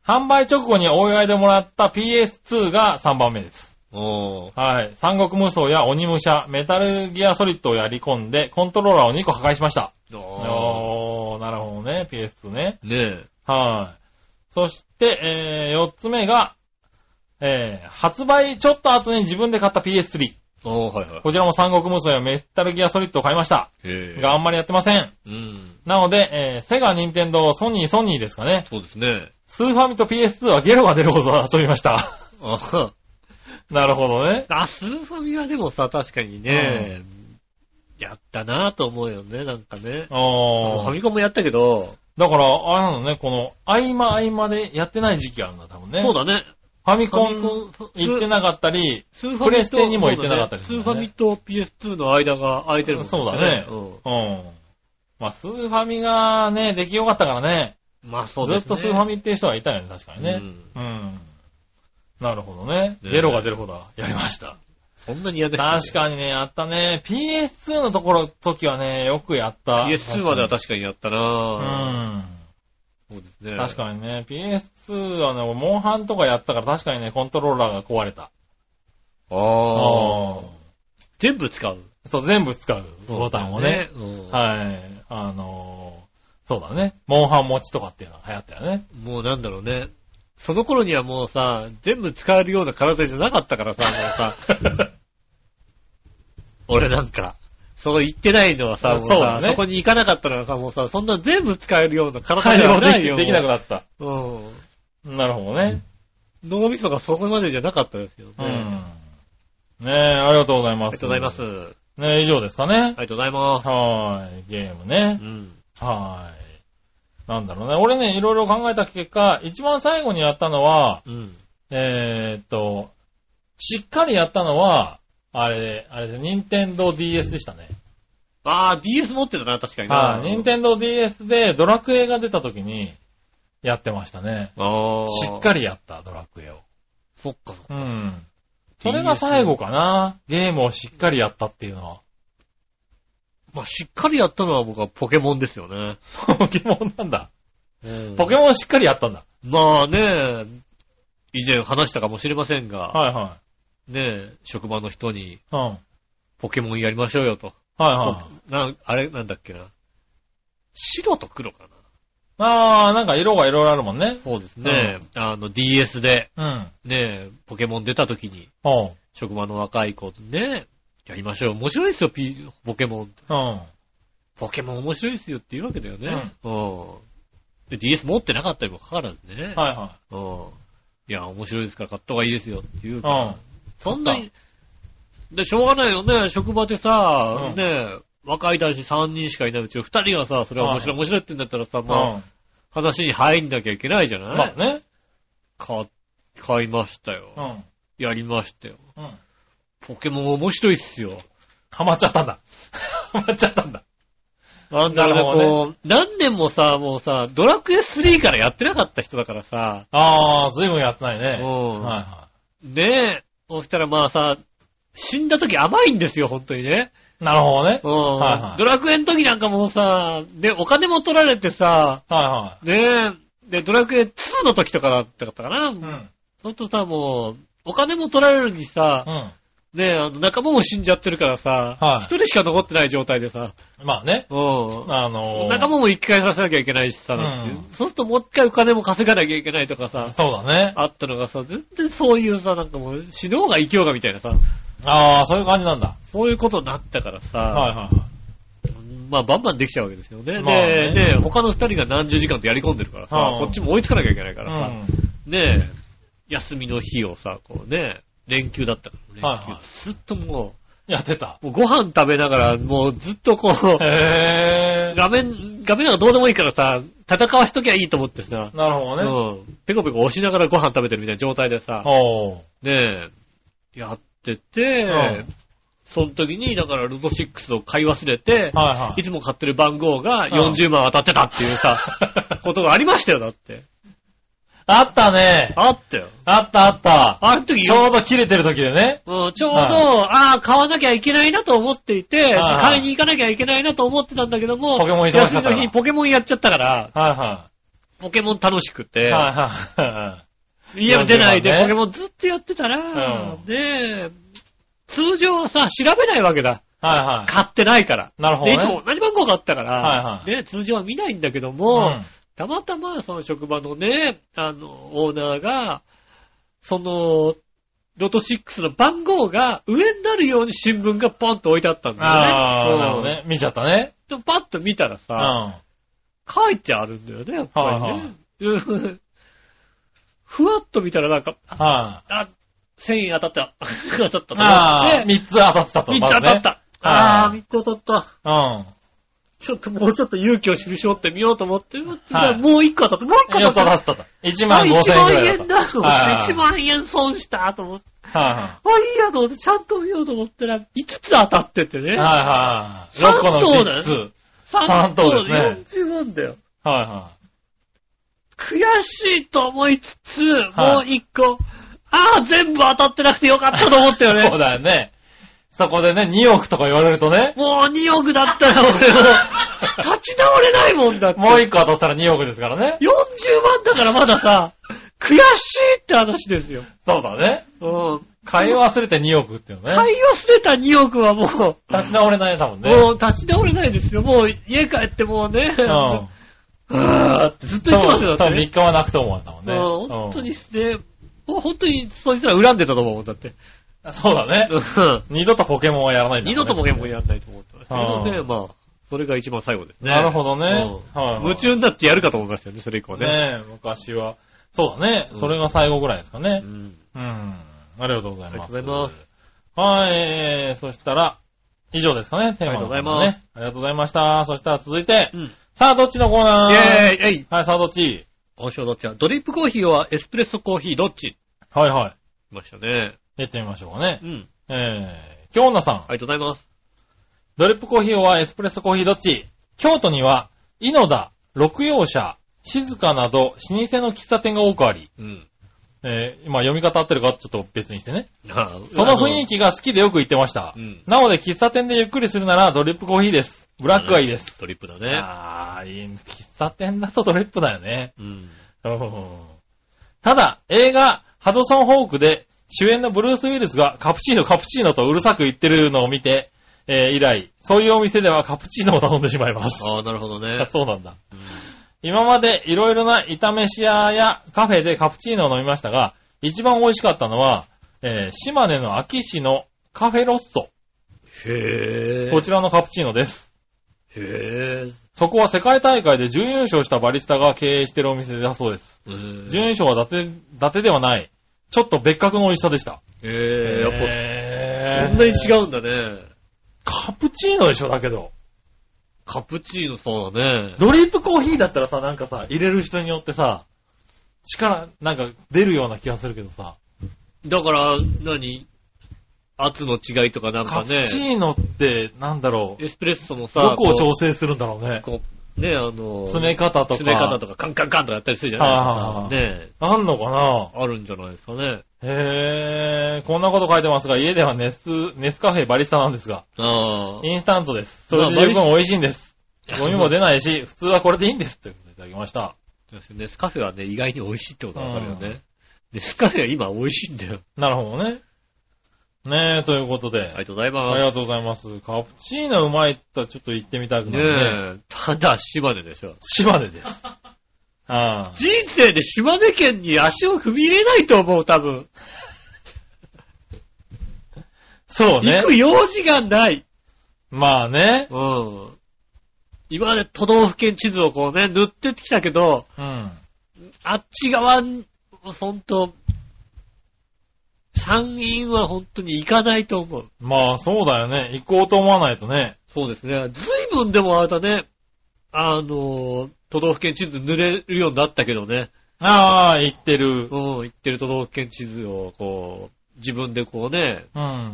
販売直後にお祝いでもらった PS2 が3番目です。おー。はい。三国無双や鬼武者、メタルギアソリッドをやり込んで、コントローラーを2個破壊しました。おおー、なるほどね。PS2 ね。ー。ねはい。そして、えー、4つ目が、えー、発売ちょっと後に自分で買った PS3。え。おー、はいはい。こちらも三国無双やメタルギアソリッドを買いました。へえ。があんまりやってません。うん。なので、えー、セガ、ニンテンドー、ソニー、ソニーですかね。そうですね。スーファミと PS2 はゲロが出るほど遊びました。 あはなるほどね。あ、スーファミはでもさ、確かにね、やったなと思うよね、なんかね。フあァあ。ミコンもやったけど、だから、あれなのね、この、合間合間でやってない時期あるんだ、多分ね。そうだね。ファミコンファミコン行ってなかったり、スーファミとプレステにも行ってなかったりすそうるだねスーんだファミねと PS2 の間が空いてるもんそうだね。ううん。まあ、スーファミがね、出来よかったからね。ん。まあそうずでっすね。とスーファミっていう人はいたよね、確かにね。ううん。なるほどね。ねゲロが出るほどやり ました。そんなにやって確かにね、やったね。PS2 のところ、時はね、よくやった。 PS2 までは確かにやったなぁ。うん。そうですね。確に。かにね、PS2 はね、俺モンハンとかやったから確かにね、コントローラーが壊れた。ああ。うん全部使う。そう、全部使う、ボタンをね。そうだね。うんはい。あのーそうだね。モンハン持ちとかっていうのが流行ったよね。もうなんだろうね。その頃にはもうさ、全部使えるような体じゃなかったからさ、もうさ。 俺なんか、その行ってないのはさ、もうさそうだねそこに行かなかったらさ、もうさ、そんな全部使えるような体対じゃ応でなきいよ。できなくっなった。た。うん。なるほどね。脳みそがそこまでじゃなかったですよね。うあん。ねえ、ありがとうございます。りがとうございます。あ。ねえ、以上ですかね。りがとうございます。はーい。ゲームうね。ん。はーい。なんだろうね。俺ね、いろいろ考えた結果、一番最後にやったのは、うん。えーっと、しっかりやったのは、あれ、あれです、任天堂 DS でしたね。ああ、DS 持ってたな、確かにな。はい、任天堂 DS でドラクエが出た時に、やってましたね。ああ。しっかりやった、ドラクエを。そっかそっか。うん。それが最後かな。ゲームをしっかりやったっていうのは。 まあ、しっかりやったのは僕はポケモンですよね。ポケモンなんだ。ポポケケモンしっかりやったんだ。まあね、以前話したかもしれませんが、はいはね、職場の人にい。うん。はいポケモンやりましょうよと。はい。なあれ、なんだっけな。白と黒かな。あー、なんか色がいろいろあるもんね。そうですね。あの、DS で、うん。ね、ポケモン出た時に、おう。職場の若い子とね、やりましょう。面白いですよ、ピポケモン。うん。ポケモン面白いですよって言うわけだよね。うん。で、DS 持ってなかったにもかかわらずね。はいはうん。いや、面白いですから買った方がいいですよって言ううから、ん。そんなに、で、しょうがないよね、職場でさ、うんね、若い男子3人しかいないうちを2人がさ、それは面白い面白いって言うんだったらさ、うん。まあ、話に入んなきゃいけないじゃない、まあね。買、買いましたよ。うん。やりましたよ。うん。ポケモン面白いっすよ。ハマっちゃったんだ。 ハマっちゃったんだ。なんだろうね、なるこう、何年もさ、もうさ、ドラクエ3からやってなかった人だからさ、ああ、ずいぶんやってないね。うんはいはねえ、そしたらまあさ、死んだ時甘いんですよ、本当にね。い。なるほどねう。んはいはいドラクエの時なんかもうさ、ね、お金も取られてさ、はねえ、で、ドラクエ2の時とかだったかな。いはい。うん。ほんとさ、もう、お金も取られるにさ、うん。ねえ、あの仲間も死んじゃってるからさ、一、はい人しか残ってない状態でさ、まあね。うん。あのー仲間も生き返らせなきゃいけないしさ、うんそうするともう一回お金も稼がなきゃいけないとかさ、そうだね。あったのがさ、全然そういうさ、なんかもう死のうが生きようがみたいなさ、ああ、そういう感じなんだ。そういうことになったからさ、はいはいはい。まあバンバンできちゃうわけですよね。まあねで、ね、他の二人が何十時間とやり込んでるからさ、うんこっちも追いつかなきゃいけないかうらん。さ、ねえ、休みの日をさ、こうね、連休だったから、はい連はい休ずっともやってた。う、もうご飯食べながら、もうずっとこ う、へえ。画面、画面なんかどうでもいいからさ、戦わしときゃいいと思ってさ、なるほどね。うん。ペコペコ押しながらご飯食べてるみたいな状態でさ、おう。ねえ、やってうてん、その時に、だからルド6を買い忘れて、はいはいい。つも買ってる番号がうん40万当たってたっていう さ、ことがありましたよ、だって。あったね。あったよ。あったあった。あの時、ちょうど切れてる時でね。うんちょうど、はいああ、買わなきゃいけないなと思っていて、はい買いに行かなきゃいけないなと思ってたんだけども、ポケモン忙しかった休かみらの日にポケモンやっちゃったから、はいはポケモン楽しくて、い。はいは家を出ないで40番ねポケモンずっとやってたら、うんで、通常はさ、調べないわけだ。い。はいは買ってないから。い。なるほどで、いつね。も同じ番号買ったから、はいね、通常は見ないんだけどうも、ん。たまたまその職場のね、あの、オーナーが、その、ロト6の番号が上になるように新聞がポンと置いてあったんだよね。あうあ、んなるほどね。見ちゃったね。でパッと見たらうさ、ん。書いてあるんだよね、やっはいぱはいりね。うん ふわっと見たらなんか、はい。あ、1000円当たった、 当たったとあ思あ、って、三つ当たってたと。 3まつず当ねたった。ああ、はい3つ当たった。ちょっともうちょっと勇気を絞ってみようと思って、はいもう1個当たった、もう1うん。個四当つ当たたった。ってた。一万五千円ぐらいだ1万円だった。と思って、はい1万円損したと思って、はあ、いいやと思って、ちゃんと見ようと思ったら、5つ当たってていはい。ね。はいはい。三六等個のうちだ5よつ。はい3等で三等です40万だよ。は悔しいと思いつつ、もう1個、ああ、全部当たってなくてよかったと思ったよい。ね そ。うだよね。そこでね、二億とか言われるとね、もう2億だったら俺も、立ち直れないもんだって。もう一個当たったら二億ですからね。 40万だからまださ、悔しいって話ですよ。そうだね。うん。買い忘れて2億っていうのね。買い忘れた2億はもう、立ち直れないね、多分ね。もう立ち直れないですよ。もう家帰ってもうね、うん。うーってずっと多言ってますよ、だっ分、多分て、 3ね。日はなくと思うんだもんね。うん本当にね、もう本当にそいつら恨んでたと思うもんだって。うん。そうだね。うん二度とポケモンはやらないんだ二度とポケモンややんないと思ってましたけどね、うまあ、それが一番最後ですね。なるほどねうんはいはい夢中になってやるかと思いましたよね、それ以降ね。ね。ねえ、昔は。そうだね。うんそれが最後ぐらいですかねう。ん。うん。ありがとうございます。ありがとうございます。はい、えー、そしたら、以上ですかね、テーマの方はねありがとうございました。そしたら続いて、うん。イさあ、どっちのコーナーェーイえいはい、さあ、どっち今週はどっちだドリップコーヒーはエスプレッソコーヒーどっちはいは来ましたね。い。やってみましょうかねう。ん。えー、京奈さん。ありがとうございます。ドリップコーヒーはエスプレッソコーヒーどっち京都には、イノダ、六葉社、静かなど、老舗の喫茶店が多くあり、うん。えー、今読み方合ってるかちょっと別にしてね。あーその雰囲気が好きでよく行ってましたう。ん。なので、喫茶店でゆっくりするならドリップコーヒーです。ブラックがいいです。ドリップだね、ね。あー、いい。喫茶店だとドリップだよね。うん。うんただ、映画、ハドソン・ホークで、主演のブルース・ウィルスがカプチーノ、カプチーノとうるさく言ってるのを見て、えー以来、そういうお店ではカプチーノを頼んでしまいます。ああ、なるほどね あ。そうなんだ。うん今までいろいろな炒めし屋やカフェでカプチーノを飲みましたが、一番美味しかったのは、えー島根の秋市のカフェロッソ。へえ。こちらのカプチーノです。へぇそこは世界大会で準優勝したバリスタが経営してるお店だそうです。ー。準優勝は伊達、伊達ではない。ちょっと別格の美味しさでした。えー、やっぱ、えそんなに違うんだね。カプチーノでしょ、だけど。カプチーノそうだね。ドリップコーヒーだったらさ、なんかさ、入れる人によってさ、力、なんか出るような気がするけどさ、だから、何圧の違いとかなんカかプね。チーノって、なんだろう、エスプレッソもさ、どこを調こ整するんだろうねう。こうね、あの、詰め方とか。詰め方とかカンカンカンとかやったりするじゃないですか。ねえあんのかなあるんじゃないですかね。へぇー、こんなこと書いてますが、家ではネス、ネスカフェバリスタなんですが、ああ。インスタントです。それで十分美味しいんです。ゴミも出ないし、普通はこれでいいんです。ということでいただきました。ネスカフェはね、意外に美味しいってことがわかるよね。ネスカフェは今美味しいんだよ。なるほどね。ねえ、ということであ。りがとうございあまりす。がとうございます。カプチーノうまいったらちょっと行ってみたくなるね。ねえ、ただ島根でしょ。島根です。 ああ。人生で島根県に足を踏み入れないと思う、多分。そうね行。く用事がない。まあね。うん。今まで都道府県地図をこうね、塗ってきたけど、うん。あっち側に、ほんと、山陰は本当に行かないと思う。まあそうだよね。行こうと思わないとね。そうですね。随分でもあれだね、あのー、都道府県地図塗れるようになったけどね。ああ、行ってるう。ん、行ってる都道府県地図をこう、自分でこうね、うん。はい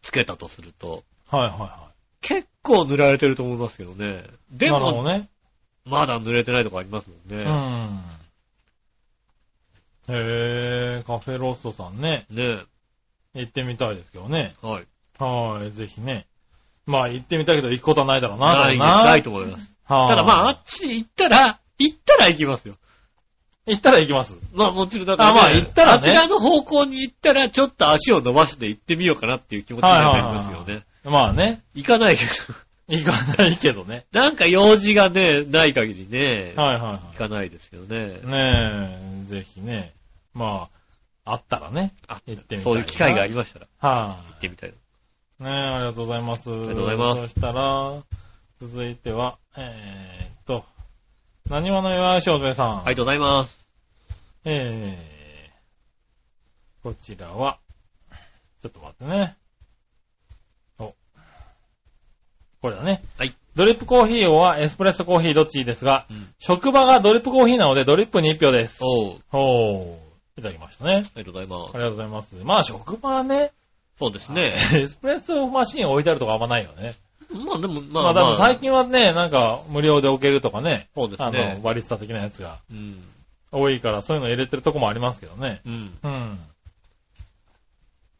つけたとすると、はいは結構塗られてると思いますけどね。い。でなるほも、どね。まだ塗れてないとこありますもんね。うん。へえ、カフェロストさんね。ね行ってみたいですけどね。え。はい。はい、ぜひね。まあ行ってみたいけど行くことはないだろうな。ない、多分ないと思います。はただまあ、あっち行ったら、行ったら行きますよ。行ったら行きます。まあもちろんだあまあ行ったらねあちらの方向に行ったら、ちょっと足を伸ばして行ってみようかなっていう気持ちになりますよはいはいね。まあね。行かないけ行かないけどね。ど。なんか用事がね、ない限りね、はいはいは行かないですよねい。。ねえ、ぜひね。まあ、あったらね。あ行ってみたいな。そういう機会がありましたら、は行ってみたい。い、ねえ、ありがとうございます。ありがとうございますそしたら、続いては、えー、っと、何話の岩井翔平さん。ありがとうございます。えー、こちらは、ちょっと待ってね。お。これだね。はい。ドリップコーヒーはエスプレッソコーヒーどっちですが、うん職場がドリップコーヒーなのでドリップに1票です。おう、おー。いただきましたね。ありがとうございまあす。りがとうございます。まあ、職場はね、そうですね。 エスプレッソマシン置いてあるとかあんまないよね。まあでも、ままあ、あ、でも最近はね、なんか無料で置けるとかね、そうですあの、ね。バリスタ的なやつがうん。多いから、そういうの入れてるとこもありますけどね。うん。うん。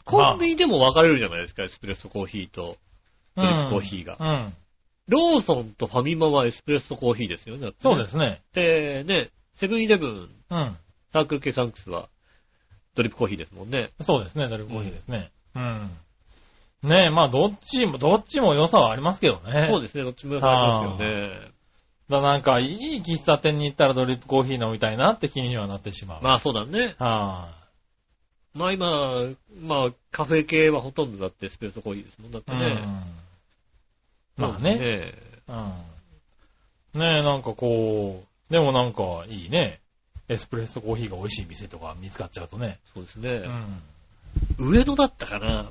コンビニでも分かれるじゃないですか、エスプレッソコーヒーと。ドリップコーヒーがうん。ローソンとファミマはエスプレッソコーヒーですよね。。そうですすね。で、ね、セブンイレブン、うん。サークル系サンクスは、ドリップコーヒーですもんね。そうですね。ドリップコーヒーですね。うん。ねえ、まあ、どっちも、どっちも良さはありますけどね。そうですね、どっちも良さありますよね。だからなんか、いい喫茶店に行ったらドリップコーヒー飲みたいなって気にはなってしまう。まあそうだね。はまあ今、まあカフェ系はほとんどだってエスプレッソコーヒーですもんだってあ、ね。うん。まあそうね。ですうん。ねえ、なんかこう、でもなんか、いいね。エスプレッソコーヒーが美味しい店とか見つかっちゃうとね。そうですうね。ん。上野だったかな。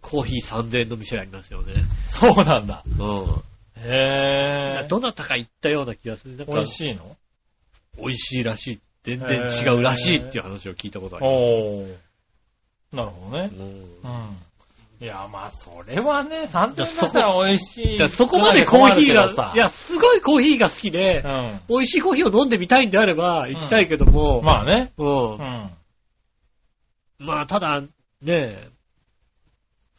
コーヒー3000円の店がありますよね。そうなんだ。うん。へえ。どなたか行ったような気がする。なん美か味しいの美味しいらしい。全然違うらしいっていう話を聞いたことありまおー。なるほどね。す。うんうん。いや、まあ、それはね、3点出したら美味しい。いやそこまでコーヒー困るけどさが、いや、すごいコーヒーが好きでう、ん。美味しいコーヒーを飲んでみたいんであれば、行きたいけども、まあね。うんうん。まあ、ただ、ねえ、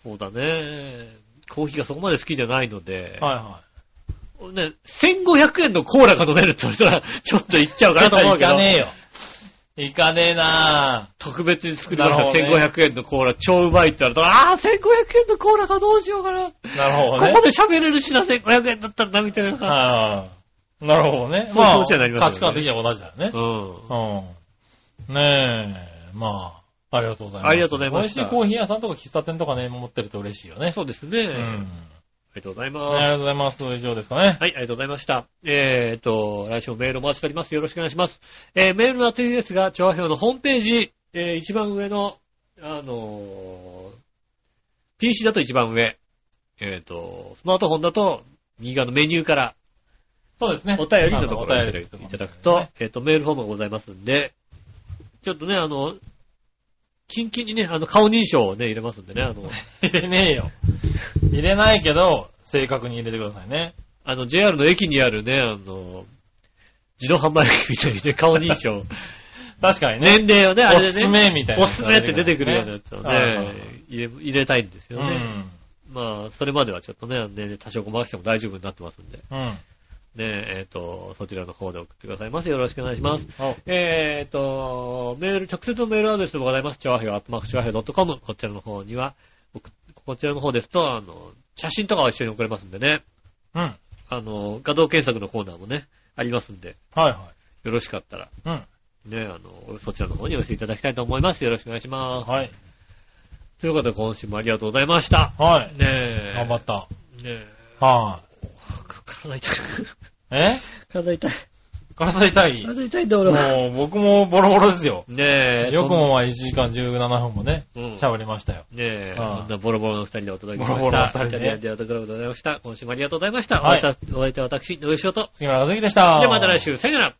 そうだね、コーヒーがそこまで好きじゃないので、はいはね、1500円のコーラが飲めるって言われたら、ちょっと行っちゃうい。かなと思うけど行か、ねえよ。行かねえな特別に作りまなるほしどた、ね1500円のコーラ、超うまいって言われたら、あー、1500円のコーラがどうしようかな。ぁ。なるほどね。ここで喋れるしな、1500円だったらな、みたいなさ。ああ。なるほどね。そういうま気あ、持ちにはなりますよ価ね値観的には同じだよねう。ん。うん。ねえ、まあ、ありがとうございます。ありがとうございました美味しいコーヒー屋さんとか喫茶店とかね、持ってると嬉しいよね。そうですね。うん。りがとうございありまがす。とうございます。以上ですかはね。い、ありがとうございました。えーと、来週もメールお待ちしております。よろしくお願いします。えー、メールの宛先ですが、調和表のホームページ、えー、一番上の、あのー PC だと一番上、えーと、スマートフォンだと、右側のメニューから、そうですね。 お便りのところあにの入おれ便てりいただくと、えっ、と、メールフォームがございますんで、ちょっとね、あの、キンキンにね、あの、顔認証をね、入れますんでね、 あの、入れねえよ。入れないけど、正確に入れてくださいね。あの、JR の駅にあるね、あの、自動販売機みたいにね、 顔認証。確かにね。年齢をね、あおれすですね、めみたいな。おすすめって出てくるようなやつをはいね、入れ入れたいんですようね。ん。まあ、それまではちょっとね、年齢多少ごまかしても大丈夫になってますんで、ね、うん。えっ、と、そちらの方で送ってくださいませ。よろしくお願いします。おえーと、メール、直接のメールアドレスもございます。チョアヘア、アットマークチョアヘア .com。こちらの方には、僕こちらの方ですと、あの、写真とかは一緒に送れますんでね。うん。はいあの、画像検索のコーナーもね、ありますんで、はよろしかったら、い。うん。ね、あの、そちらの方にお寄せいただきたいと思います。よろしくお願いします。はい。ということで、今週もありがとうございました。はねい。え。頑張った。はい、ねえ。体痛い。 え体痛い。体痛い。体痛いんだ、俺は。もう、僕もボロボロですよ。ねえ。よくもまあ1時間17分もね、うん喋りましたよ。ねえ、ああこんなボロボロの二人でお届けしました。ボロボロの二人ねイタリアンでお届けでございました。今週もありがとうございました。はお相い手はお相手は私、野上翔と。杉村和樹でした。で、また来週、さよなら。